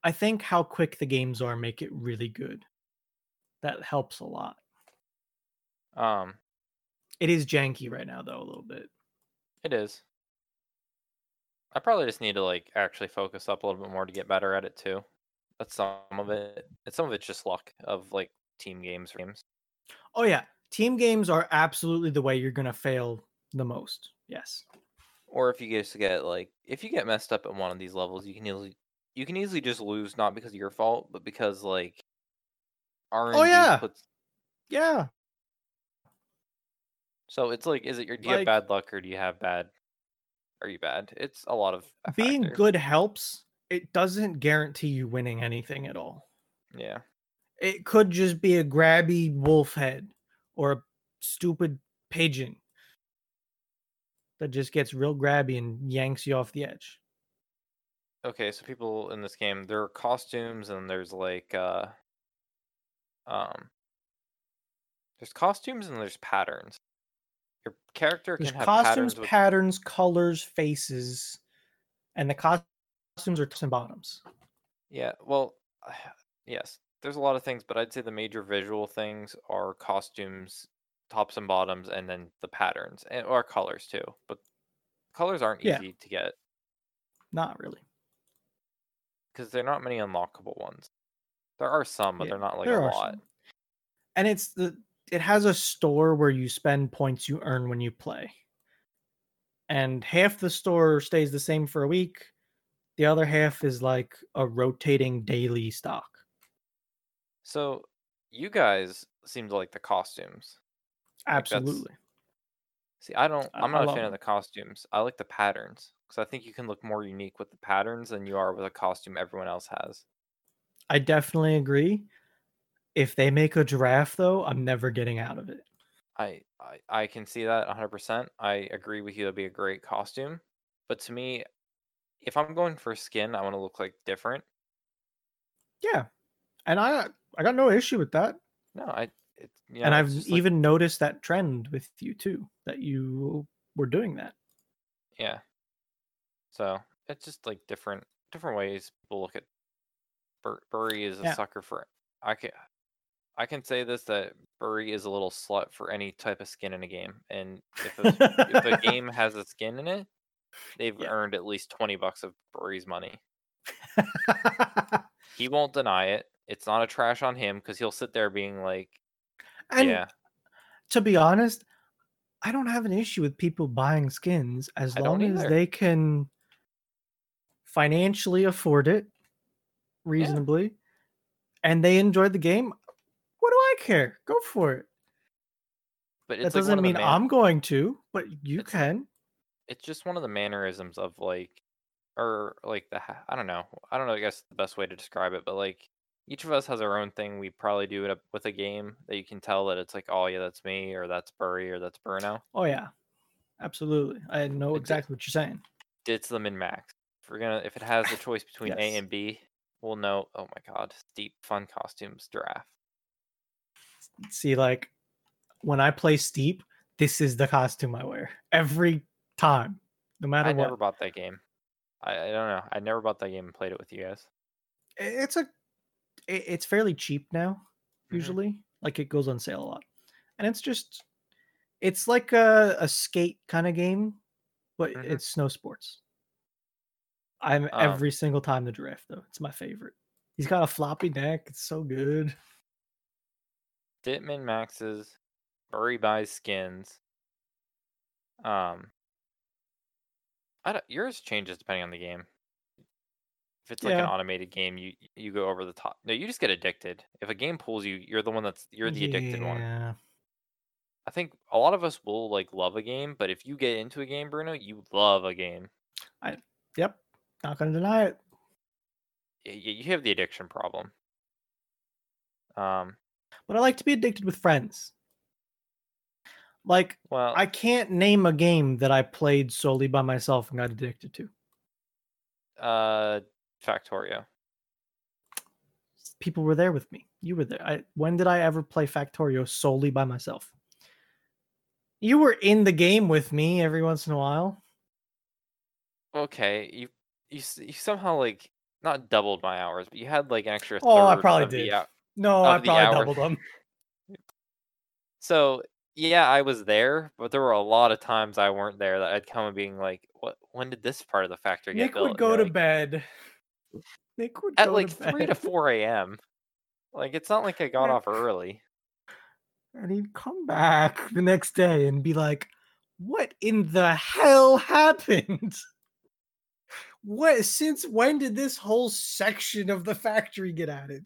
S1: I think how quick the games are make it really good. That helps a lot.
S2: Um,
S1: It is janky right now though a little bit.
S2: it is. I probably just need to like actually focus up a little bit more to get better at it too. That's some of it. It's some of it's just luck of like team games or games.
S1: Oh yeah, team games are absolutely the way you're gonna fail the most. Yes.
S2: Or if you just get like if you get messed up at one of these levels, you can easily you can easily just lose not because of your fault, but because like RNG
S1: Oh, yeah.
S2: puts
S1: Yeah.
S2: so it's like is it your do you
S1: Like-
S2: have bad luck or do you have bad are you bad? It's a lot of a
S1: Being
S2: factor.
S1: good helps. It doesn't guarantee you winning anything at all.
S2: Yeah.
S1: It could just be a grabby wolf head or a stupid pigeon that just gets real grabby and yanks you off the edge.
S2: okay so people in this game there are costumes and there's like uh um there's costumes and there's patterns your character
S1: There's
S2: can have
S1: costumes,
S2: patterns with,
S1: patterns, colors, faces, and the cos- costumes are tops and bottoms.
S2: yeah well yes there's a lot of things but i'd say the major visual things are costumes tops and bottoms and then the patterns and or colors too but colors aren't
S1: Yeah.
S2: easy to get
S1: Not really.
S2: because there are not many unlockable ones there are some but
S1: Yeah,
S2: they're not like
S1: there
S2: a
S1: are
S2: lot
S1: some. And it's the it has a store where you spend points you earn when you play. And half the store stays the same for a week. The other half is like a rotating daily stock.
S2: so you guys seem to like the costumes that's-
S1: Absolutely.
S2: See, I don't.
S1: I-
S2: I'm
S1: I
S2: not a
S1: love
S2: fan of
S1: them.
S2: the costumes. I like the patterns because I think you can look more unique with the patterns than you are with a costume everyone else has.
S1: I definitely agree. If they make a giraffe though, I'm never getting out of it.
S2: I I, I can see that 100. percent I agree with you. That'd be a great costume, but to me, if I'm going for skin, I want to look like different.
S1: Yeah. And I I got no issue with that.
S2: No, I. It, you know,
S1: and
S2: it's
S1: I've
S2: just like-
S1: even noticed that trend with you too, that you were doing that.
S2: yeah. So it's just like different different ways people look at. Bur- Burry is a
S1: Yeah.
S2: sucker for. I can I can say this that Burry is a little slut for any type of skin in a game, and if a if the game has a skin in it, they've
S1: Yeah.
S2: earned at least 20 bucks of Burry's money. He won't deny it. It's not a trash on him because he'll sit there being like,
S1: and
S2: yeah,
S1: to be honest, I don't have an issue with people buying skins as
S2: I don't
S1: long as
S2: either.
S1: they can financially afford it reasonably and they enjoyed the game. What do I care? Go for it.
S2: but
S1: that
S2: it's like one
S1: doesn't
S2: of the
S1: mean
S2: man-
S1: I'm going to, but you
S2: It's-
S1: can.
S2: it's just one of the mannerisms of like, or like the, ha- I don't know. I don't know, I guess the best way to describe it, but like each of us has our own thing. We probably do it up with a game that you can tell that it's like, oh, yeah, that's me, or that's Burry, or that's Bruno.
S1: Oh yeah. Absolutely. I know
S2: It-
S1: exactly what you're saying.
S2: It's the min max. If we're gonna, if it has the choice between
S1: Yes.
S2: A and B, we'll know. Oh my God, steep fun costumes draft.
S1: see like when I play steep, this is the costume I wear every time, no matter
S2: I
S1: what.
S2: never bought that game. I, I don't know. I never bought that game and played it with you guys.
S1: I- It's a, it- it's fairly cheap now.
S2: Mhm.
S1: Usually, like it goes on sale a lot, and it's just, it's like a, a skate kind of game, but
S2: Mhm.
S1: it's snow sports. I'm
S2: Oh.
S1: every single time the giraffe though. It's my favorite. He's got a floppy neck. It's so good.
S2: Ditman Max's Furry buys skins. Um, I don't, yours changes depending on the game. If it's like an
S1: Yeah.
S2: automated game, you you go over the top. No, you just get addicted. If a game pulls you, you're the one that's you're the addicted one.
S1: Yeah.
S2: I think a lot of us will like love a game, but if you get into a game, Bruno, you love a game.
S1: Yep. Not gonna deny it.
S2: Y- y- You have the addiction problem. Um.
S1: But I like to be addicted with friends. Like
S2: Well,
S1: I can't name a game that I played solely by myself and got addicted to.
S2: uh, Factorio.
S1: People were there with me. You were there. I, when did I ever play Factorio solely by myself? You were in the game with me every once in a while.
S2: Okay, you you s- you somehow like not doubled my hours, but you had like an extra.
S1: Oh, I
S2: third
S1: probably
S2: of the
S1: did.
S2: hou-
S1: No, I
S2: Of the
S1: probably
S2: hour.
S1: doubled them.
S2: So yeah, I was there, but there were a lot of times I weren't there that I'd come and being like, "What? When did this part of the factory get
S1: Nick
S2: built?"
S1: would
S2: And
S1: go
S2: you're
S1: to
S2: like,
S1: bed. Nick would
S2: at
S1: go
S2: like
S1: to
S2: three to
S1: bed,
S2: four a.m. Like it's not like I got
S1: Yeah.
S2: off early.
S1: and he'd come back the next day and be like, "What in the hell happened? What? Since when did this whole section of the factory get added?"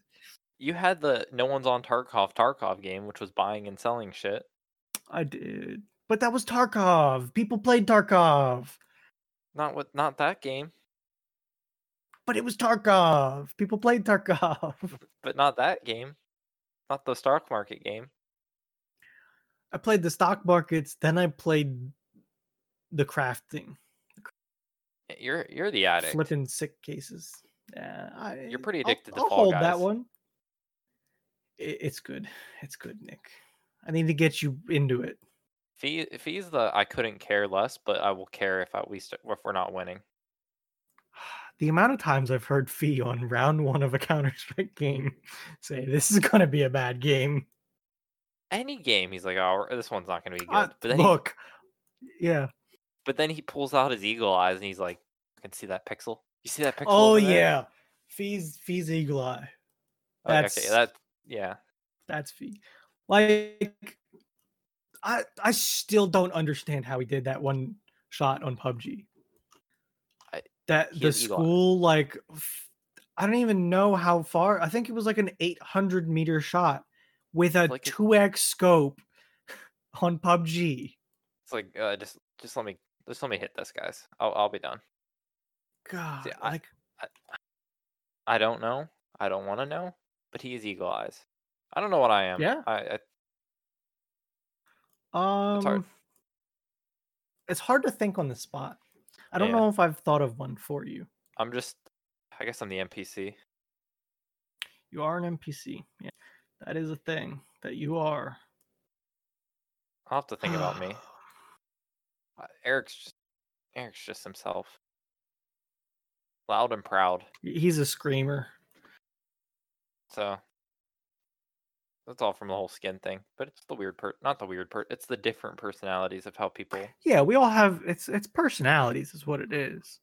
S2: You had the no one's on Tarkov Tarkov game, which was buying and selling shit.
S1: I did, but that was Tarkov. People played Tarkov,
S2: Not with not that game,
S1: but it was Tarkov. People played Tarkov.
S2: but not that game, not the stock market game.
S1: I played the stock markets, then I played the crafting.
S2: Y- You're you're the addict.
S1: flipping sick cases. Yeah, I,
S2: pretty
S1: I'll-
S2: addicted to
S1: I'll,
S2: Fall
S1: hold
S2: Guys.
S1: that one. It, it's good. It's good, Nick. I need to get you into it.
S2: Fee, fee's the I couldn't care less, but I will care if at least if we're not winning.
S1: The amount of times I've heard Fee on round one of a Counter Strike game say this is going to be a bad game.
S2: Any game, he's like, "Oh, this one's not going to be good."
S1: I-
S2: but then he
S1: look, yeah.
S2: But then he pulls out his eagle eyes and he's like, "I can see that pixel. You see that pixel?"
S1: Oh
S2: over there?
S1: yeah, Fee's Fee's eagle eye.
S2: Like,
S1: that's-
S2: okay, that yeah.
S1: That's Fee. Like, I I still don't understand how he did that one shot on PUBG.
S2: I-
S1: that
S2: he
S1: the
S2: has eagle eye.
S1: school like f- I don't even know how far. I think it was like an 800 meter shot with a
S2: Like a-
S1: 2x scope on PUBG.
S2: It's like uh, just just let me just let me hit this, guys. I'll I'll be done.
S1: God,
S2: I-
S1: like
S2: I don't know. I don't want to know. But he is eagle eyes. I don't know what I am.
S1: Yeah.
S2: I, I
S1: um,
S2: hard.
S1: it's hard to think on the spot. I don't
S2: Yeah.
S1: know if I've thought of one for you.
S2: I'm just. I guess I'm the NPC.
S1: You are an NPC. Yeah. That is a thing that you are.
S2: I'll have to think about me. Uh, Eric's just, Eric's just himself. Loud and proud.
S1: He's a screamer.
S2: So that's all from the whole skin thing. But it's the weird per not the weird per it's the different personalities of how people
S1: Yeah, we all have it's it's personalities is what it is.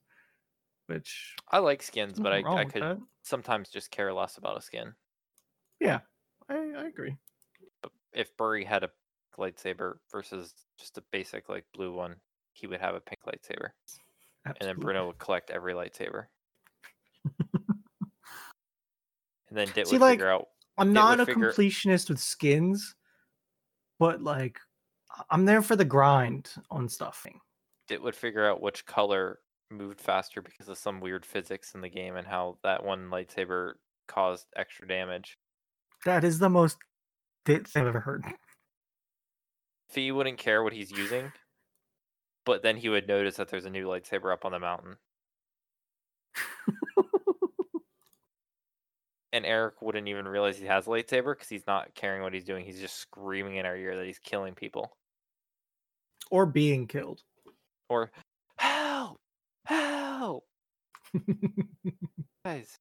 S1: Which
S2: I like skins,
S1: there's
S2: but I,
S1: nothing wrong
S2: I
S1: with
S2: could
S1: that.
S2: sometimes just care less about a skin.
S1: I, I agree.
S2: But if Burry had a lightsaber versus just a basic like blue one, he would have a pink lightsaber. And then
S1: Absolutely.
S2: Bruno would collect every lightsaber. and then Dit
S1: See,
S2: would
S1: like,
S2: figure out
S1: I'm
S2: would
S1: not a
S2: figure-
S1: completionist with skins, but like I- I'm there for the grind on stuff.
S2: Dit would figure out which color moved faster because of some weird physics in the game and how that one lightsaber caused extra damage.
S1: That is the most dit thing I've ever heard.
S2: Fee wouldn't care what he's using, but then he would notice that there's a new lightsaber up on the mountain. and Eric wouldn't even realize he has a lightsaber because he's not caring what he's doing. He's just screaming in our ear that he's killing people.
S1: Or being killed.
S2: Or, help! Help! Guys,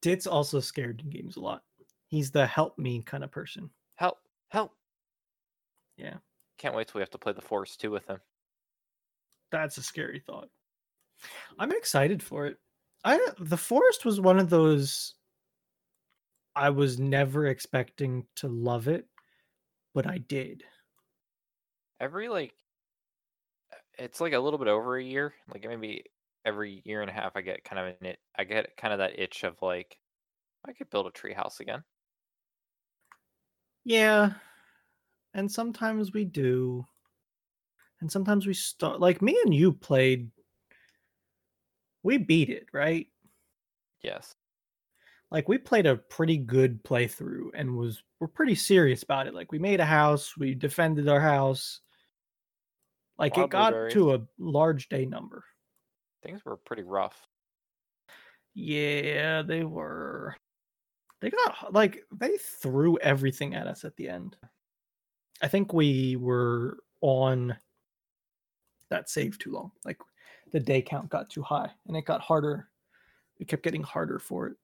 S1: Dit's also scared in games a lot. He's the help me kind of person.
S2: help! Help!
S1: Yeah.
S2: Can't wait till we have to play the Force 2 with him.
S1: That's a scary thought. I'm excited for it. I the forest was one of those I was never expecting to love it, but I did.
S2: every like it's like a little bit over a year like maybe every year and a half i get kind of an it i get kind of that itch of like i could build a tree house again
S1: Yeah. And sometimes we do. And sometimes we start like me and you played we beat it, right?
S2: yes
S1: Like we played a pretty good playthrough and was we're pretty serious about it. Like we made a house, we defended our house. Like
S2: Wild
S1: it got
S2: blueberries.
S1: to a large day number.
S2: things were pretty rough
S1: Yeah, they were. They got like they threw everything at us at the end. I think we were on that save too long. Like the day count got too high and it got harder. It kept getting harder for it.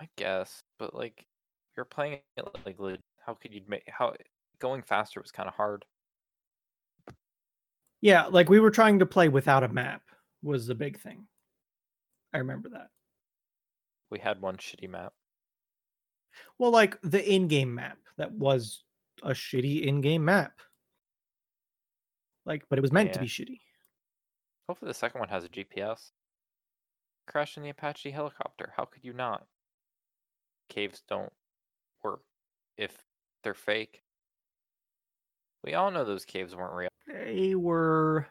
S2: i guess but like you're playing it like leg- how could you make how going faster was kind of hard
S1: Yeah, like we were trying to play without a map was the big thing. I remember that.
S2: we had one shitty map
S1: Well, like the in-game map that was a shitty in-game map. Like, but it was meant to
S2: Yeah.
S1: be shitty.
S2: hopefully the second one has a gps crash in the apache helicopter how could you not caves don't work if they're fake we all know those caves weren't real
S1: they were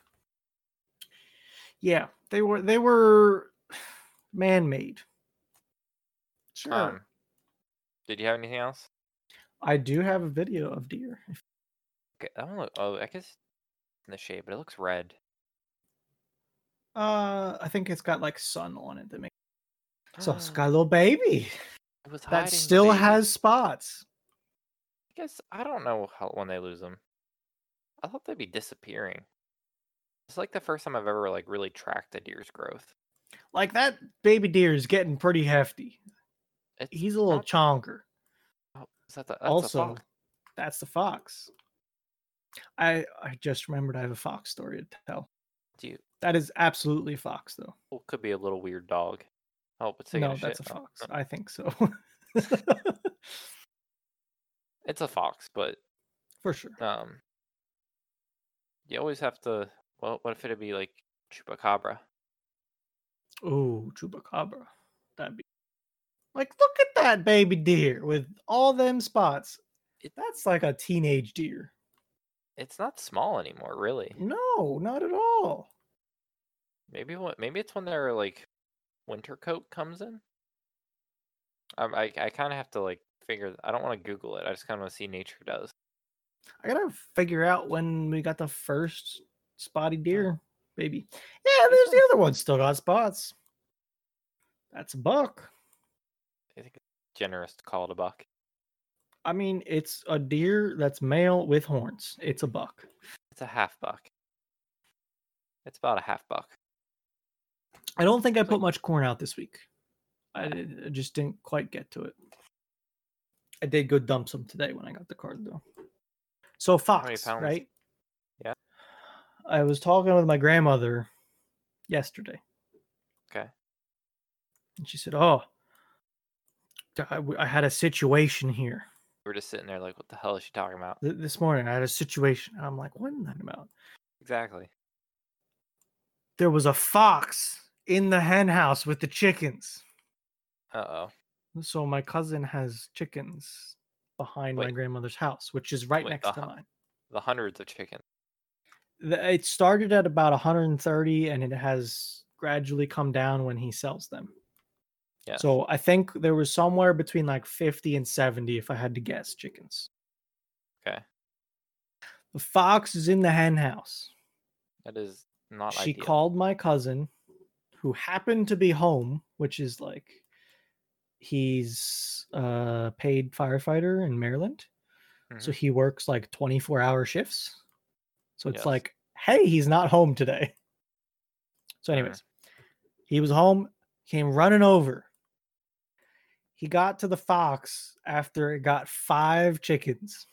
S1: yeah they were they were man-made sure
S2: Um, did you have anything else?
S1: i do have a video of deer if-
S2: Okay, that one look. Oh, I guess it's in the shade, but it looks red.
S1: uh i think it's got like sun on it that makes so it's got a little baby
S2: It was hiding
S1: that
S2: the
S1: still
S2: baby.
S1: has spots
S2: I guess I don't know how when they lose them. I thought they'd be disappearing. It's like the first time I've ever like really tracked a deer's growth.
S1: like that baby deer is getting pretty hefty
S2: It's,
S1: he's a little
S2: not-
S1: chonker
S2: oh, is that the, that's a
S1: also
S2: fox.
S1: that's the fox i i just remembered i have a fox story to tell
S2: Do you-
S1: that is absolutely a fox though
S2: well, could be a little weird dog. Oh, it's taking
S1: no,
S2: a shit.
S1: that's a
S2: Oh,
S1: fox.
S2: uh,
S1: I think so.
S2: It's a fox, but
S1: For sure.
S2: um, you always have to. Well, what if it'd be like chupacabra?
S1: Ooh, chupacabra. That'd be like, look at that baby deer with all them spots.
S2: It-
S1: That's like a teenage deer.
S2: It's not small anymore, really.
S1: No, not at all.
S2: Maybe what? Maybe it's when their like winter coat comes in. Um, I I kind of have to like figure. th- I don't want to Google it. I just kind of want to see nature does.
S1: I gotta figure out when we got the first spotty deer baby. Yeah, there's the other one. Still got spots. That's a buck.
S2: I think it's generous to call it a buck.
S1: I mean, it's a deer that's male with horns. It's a buck.
S2: It's a half buck. It's about a half buck.
S1: I don't think I
S2: It's
S1: put
S2: like-
S1: much corn out this week. I, did- I just didn't quite get to it. I did go dump some today when I got the card though. So Fox,
S2: pounds?
S1: right?
S2: Yeah.
S1: I was talking with my grandmother yesterday.
S2: Okay.
S1: And she said, "Oh, I, w- I had a situation here
S2: We're just sitting there like, what the hell is she talking about?
S1: th- this morning. I had a situation." And I'm like, "What in that about?"
S2: Exactly.
S1: There was a fox in the hen house with the chickens.
S2: Uh oh.
S1: So my cousin has chickens behind my
S2: Wait.
S1: grandmother's house, which is right
S2: Wait,
S1: next to
S2: uh-huh.
S1: mine.
S2: The hundreds of chickens.
S1: The- It started at about 130 and it has gradually come down when he sells them.
S2: Yeah.
S1: So I think there was somewhere between like 50 and 70 if I had to guess chickens.
S2: Okay.
S1: The fox is in the hen house.
S2: that is not.
S1: she
S2: ideal.
S1: called my cousin who happened to be home which is like he's a paid firefighter in maryland
S2: Mm-hmm.
S1: so he works like 24 hour shifts so it's
S2: Yes.
S1: like hey he's not home today so
S2: Mhm.
S1: anyways
S2: Mm-hmm.
S1: he was home came running over he got to the fox after it got five chickens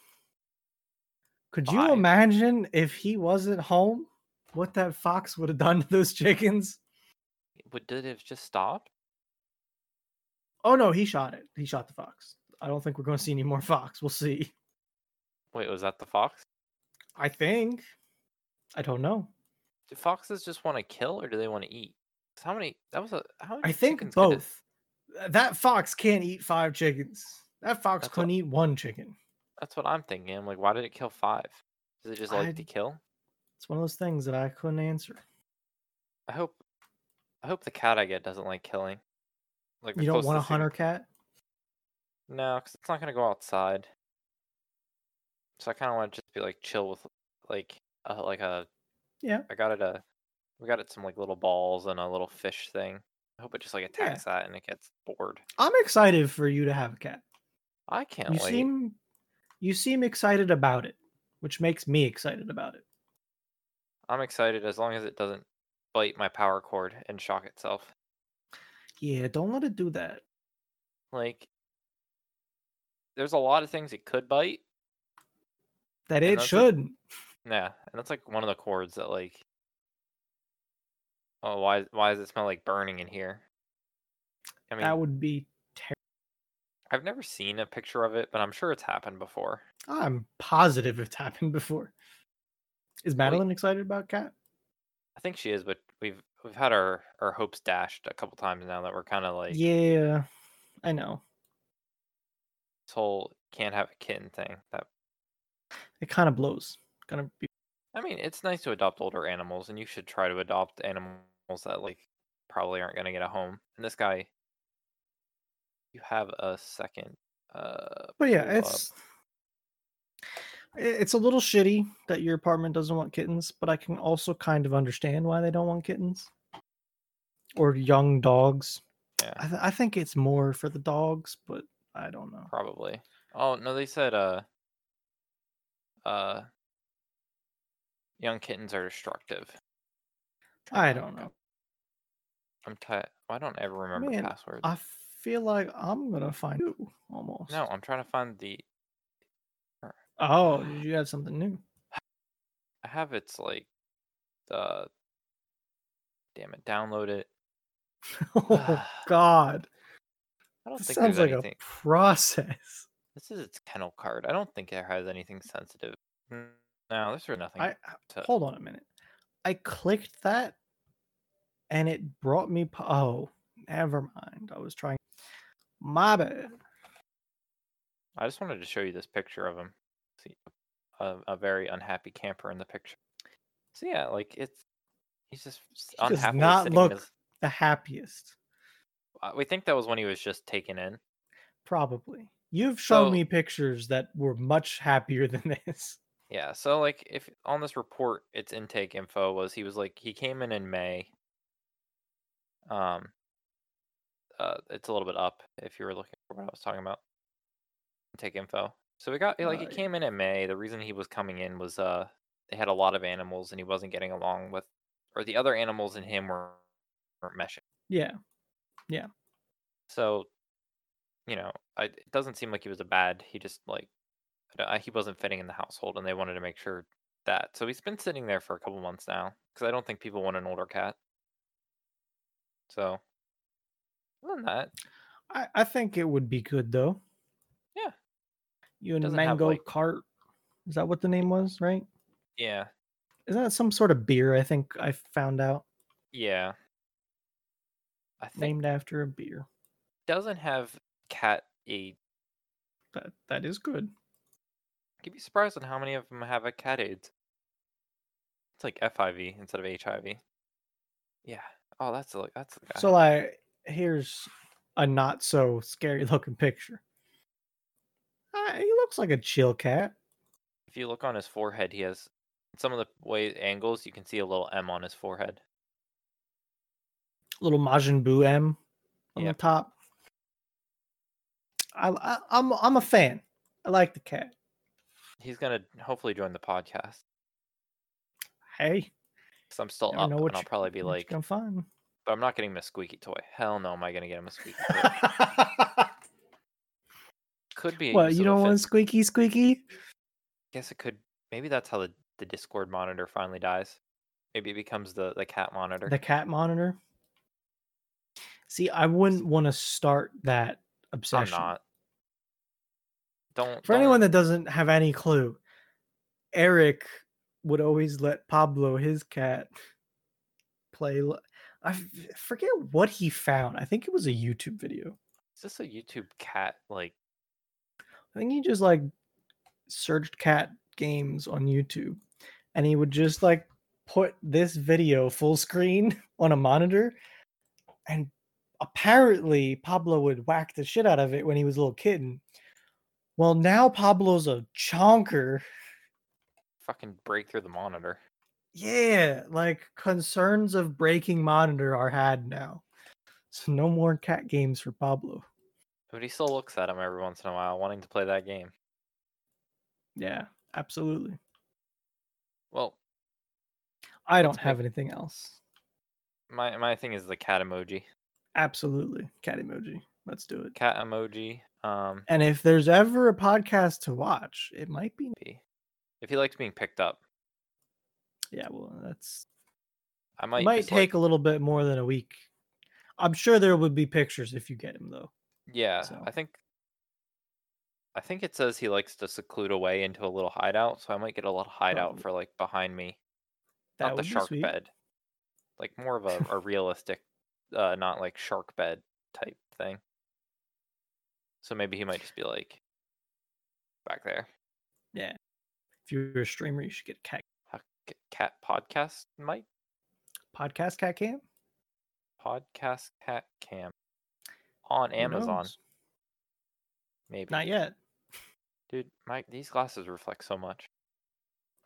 S1: could you
S2: Five?
S1: imagine if he wasn't home what that fox would have done to those chickens.
S2: But did it just stop?
S1: Oh no, he shot it. He shot the fox. I don't think we're going to see any more fox. We'll see.
S2: Wait, was that the fox?
S1: I think. I don't know.
S2: Do foxes just want to kill or do they want to eat? 'Cause How many? That was a. How many
S1: I think
S2: chickens could it-
S1: both. That fox can't eat five chickens. That fox
S2: That's what-
S1: couldn't eat one chicken.
S2: that's what I'm thinking. I'm like, why did it kill five? Does it just like
S1: I-
S2: to kill?
S1: It's one of those things that I couldn't answer.
S2: I hope. I hope the cat I get doesn't like killing. Like the
S1: You don't want a
S2: closest thing-
S1: hunter cat?
S2: No, because it's not gonna go outside. So I kind of want to just be like chill with like uh, like a
S1: Yeah.
S2: I got it a we got it some like little balls and a little fish thing. I hope it just like
S1: Yeah.
S2: attacks that and it gets bored.
S1: I'm excited for you to have a cat.
S2: I can't
S1: You
S2: wait.
S1: seem you seem excited about it, which makes me excited about it.
S2: I'm excited as long as it doesn't bite my power cord and shock itself.
S1: Yeah, don't let it do that.
S2: Like there's a lot of things it could bite.
S1: That
S2: Yeah,
S1: it
S2: that's a-
S1: shouldn't.
S2: Yeah, and that's like one of the cords that like Oh, why why does it smell like burning in here? I mean,
S1: that would be
S2: I've never seen a picture of it, but I'm sure it's happened before.
S1: I'm positive it's happened before. Is Madeline excited about cat?
S2: I think she is, but we've we've had our our hopes dashed a couple times now that we're kind of like
S1: yeah, I know.
S2: this whole can't have a kitten thing. That
S1: It kind of blows. Gonna be
S2: I mean, it's nice to adopt older animals, and you should try to adopt animals that like probably aren't gonna get a home. And this guy, you have a second. Uh,
S1: But yeah,
S2: pull up.
S1: it's i- it's a little shitty that your apartment doesn't want kittens, but I can also kind of understand why they don't want kittens or young dogs.
S2: Yeah.
S1: I, th- I think it's more for the dogs, but I don't know.
S2: Probably. Oh no, they said uh uh young kittens are destructive.
S1: I don't know.
S2: I'm tired. I don't ever remember
S1: Man,
S2: passwords.
S1: I feel like I'm gonna find you almost.
S2: No, I'm trying to find the.
S1: Oh, did you have something new?
S2: I have its like the. Damn it! Download it.
S1: oh God,
S2: I don't
S1: this
S2: think there's
S1: sounds like
S2: anything.
S1: a process.
S2: This is its kennel card. I don't think it has anything sensitive. Mm, No, there's really nothing.
S1: I
S2: to...
S1: hold on a minute. I clicked that and it brought me. Po- oh, never mind. I was trying. My bad.
S2: I just wanted to show you this picture of him. See, a, a very unhappy camper in the picture. So yeah, like it's he's just s-
S1: He does
S2: unhappily
S1: not
S2: sitting
S1: look-
S2: In his,
S1: The happiest,
S2: uh, we think that was when he was just taken in.
S1: probably. You've shown
S2: So-
S1: me pictures that were much happier than this.
S2: Yeah. So like, if on this report, its intake info was he was like he came in in May. Um. Uh, it's a little bit up if you were looking for what I was talking about. Intake info. So we got like
S1: Uh,
S2: he
S1: yeah.
S2: came in in May. The reason he was coming in was uh they had a lot of animals and he wasn't getting along with, or the other animals and him were weren't meshing.
S1: Yeah.
S2: So, you know, I, it doesn't seem like he was a bad. He just like I don't- I- he wasn't fitting in the household, and they wanted to make sure that. So he's been sitting there for a couple months now because I don't think people want an older cat. So, other than that,
S1: I, I think it would be good though.
S2: Yeah.
S1: You and
S2: Doesn't have,
S1: Mango
S2: like-
S1: Cart. Is that what the name was, right?
S2: yeah,
S1: Isn't that some sort of beer? I think I found out
S2: yeah. I think
S1: named after a beer.
S2: doesn't have cat aid.
S1: That that is good.
S2: You'd be surprised on how many of them have a cat aids. It's like FIV instead of HIV. Yeah. Oh, that's the that's the guy.
S1: So like here's a not so scary looking picture. Uh, he looks like a chill cat.
S2: if you look on his forehead, he has some of the way angles you can see a little M on his forehead.
S1: Little Majin Buu M on
S2: Yep.
S1: the top. I, I I'm I'm a fan. I like the cat.
S2: He's gonna hopefully join the podcast.
S1: Hey,
S2: So I'm still
S1: Never
S2: up,
S1: know
S2: and
S1: what
S2: I'll
S1: you-
S2: probably be
S1: what you
S2: like,
S1: gonna find?
S2: but I'm not getting him a squeaky toy. Hell no, am I gonna get him a squeaky toy?
S1: what
S2: Could be. a use
S1: you
S2: of
S1: don't
S2: a
S1: want
S2: fit-
S1: squeaky squeaky?
S2: guess it could. Maybe that's how the, the Discord monitor finally dies. Maybe it becomes the the cat monitor.
S1: The cat monitor. See, I wouldn't want to start that
S2: I'm
S1: obsession.
S2: not. Don't
S1: For anyone
S2: don't-
S1: that doesn't have any clue, Eric would always let Pablo, his cat, play. li- I f- forget what he found. I think it was a YouTube video.
S2: Is this a YouTube cat? Like,
S1: I think he just like searched cat games on YouTube and he would just like put this video full screen on a monitor and apparently Pablo would whack the shit out of it when he was a little kitten. Well, now Pablo's a chonker.
S2: fucking break through the monitor.
S1: Yeah, like concerns of breaking monitor are had now. So no more cat games for Pablo.
S2: But he still looks at him every once in a while, wanting to play that game.
S1: Yeah, absolutely.
S2: Well,
S1: I don't
S2: That's
S1: have anything else.
S2: my my thing is the cat emoji.
S1: Absolutely. Cat emoji. Let's do it.
S2: Cat emoji. Um,
S1: And if there's ever a podcast to watch, it might be.
S2: be- if he likes being picked up,
S1: Yeah, well, that's
S2: I
S1: it
S2: might
S1: might
S2: just, like-
S1: take a little bit more than a week. I'm sure there would be pictures if you get him though.
S2: Yeah,
S1: so.
S2: I think. I think it says he likes to seclude away into a little hideout, so I might get a little hideout
S1: Probably.
S2: for like behind me.
S1: Oh. That
S2: not the
S1: would
S2: shark
S1: be sweet.
S2: bed like more of a, a realistic uh not like shark bed type thing so maybe he might just be like back there
S1: If you're a streamer, you should get cat
S2: G- cat podcast mic
S1: podcast cat cam
S2: podcast cat cam on
S1: Who
S2: amazon
S1: knows?
S2: maybe
S1: Not yet.
S2: dude my these glasses reflect so much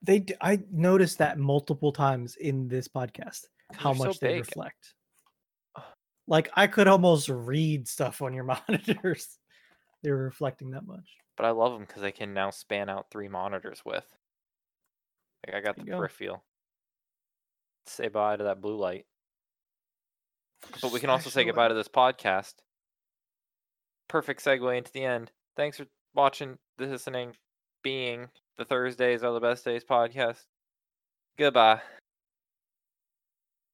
S1: They d- I noticed that multiple times in this podcast
S2: 'Cause
S1: how
S2: they're so
S1: much they
S2: big.
S1: reflect.
S2: Ugh.
S1: Like I could almost read stuff on your monitors. they were reflecting that much.
S2: but i love them because i can now span out three monitors with like i got
S1: There
S2: the
S1: you go.
S2: peripheral say bye to that blue light But we
S1: Just
S2: can also say
S1: actually
S2: goodbye
S1: like-
S2: to this podcast. Perfect segue into the end. Thanks for watching, listening, being the Thursdays are the best days podcast. Goodbye.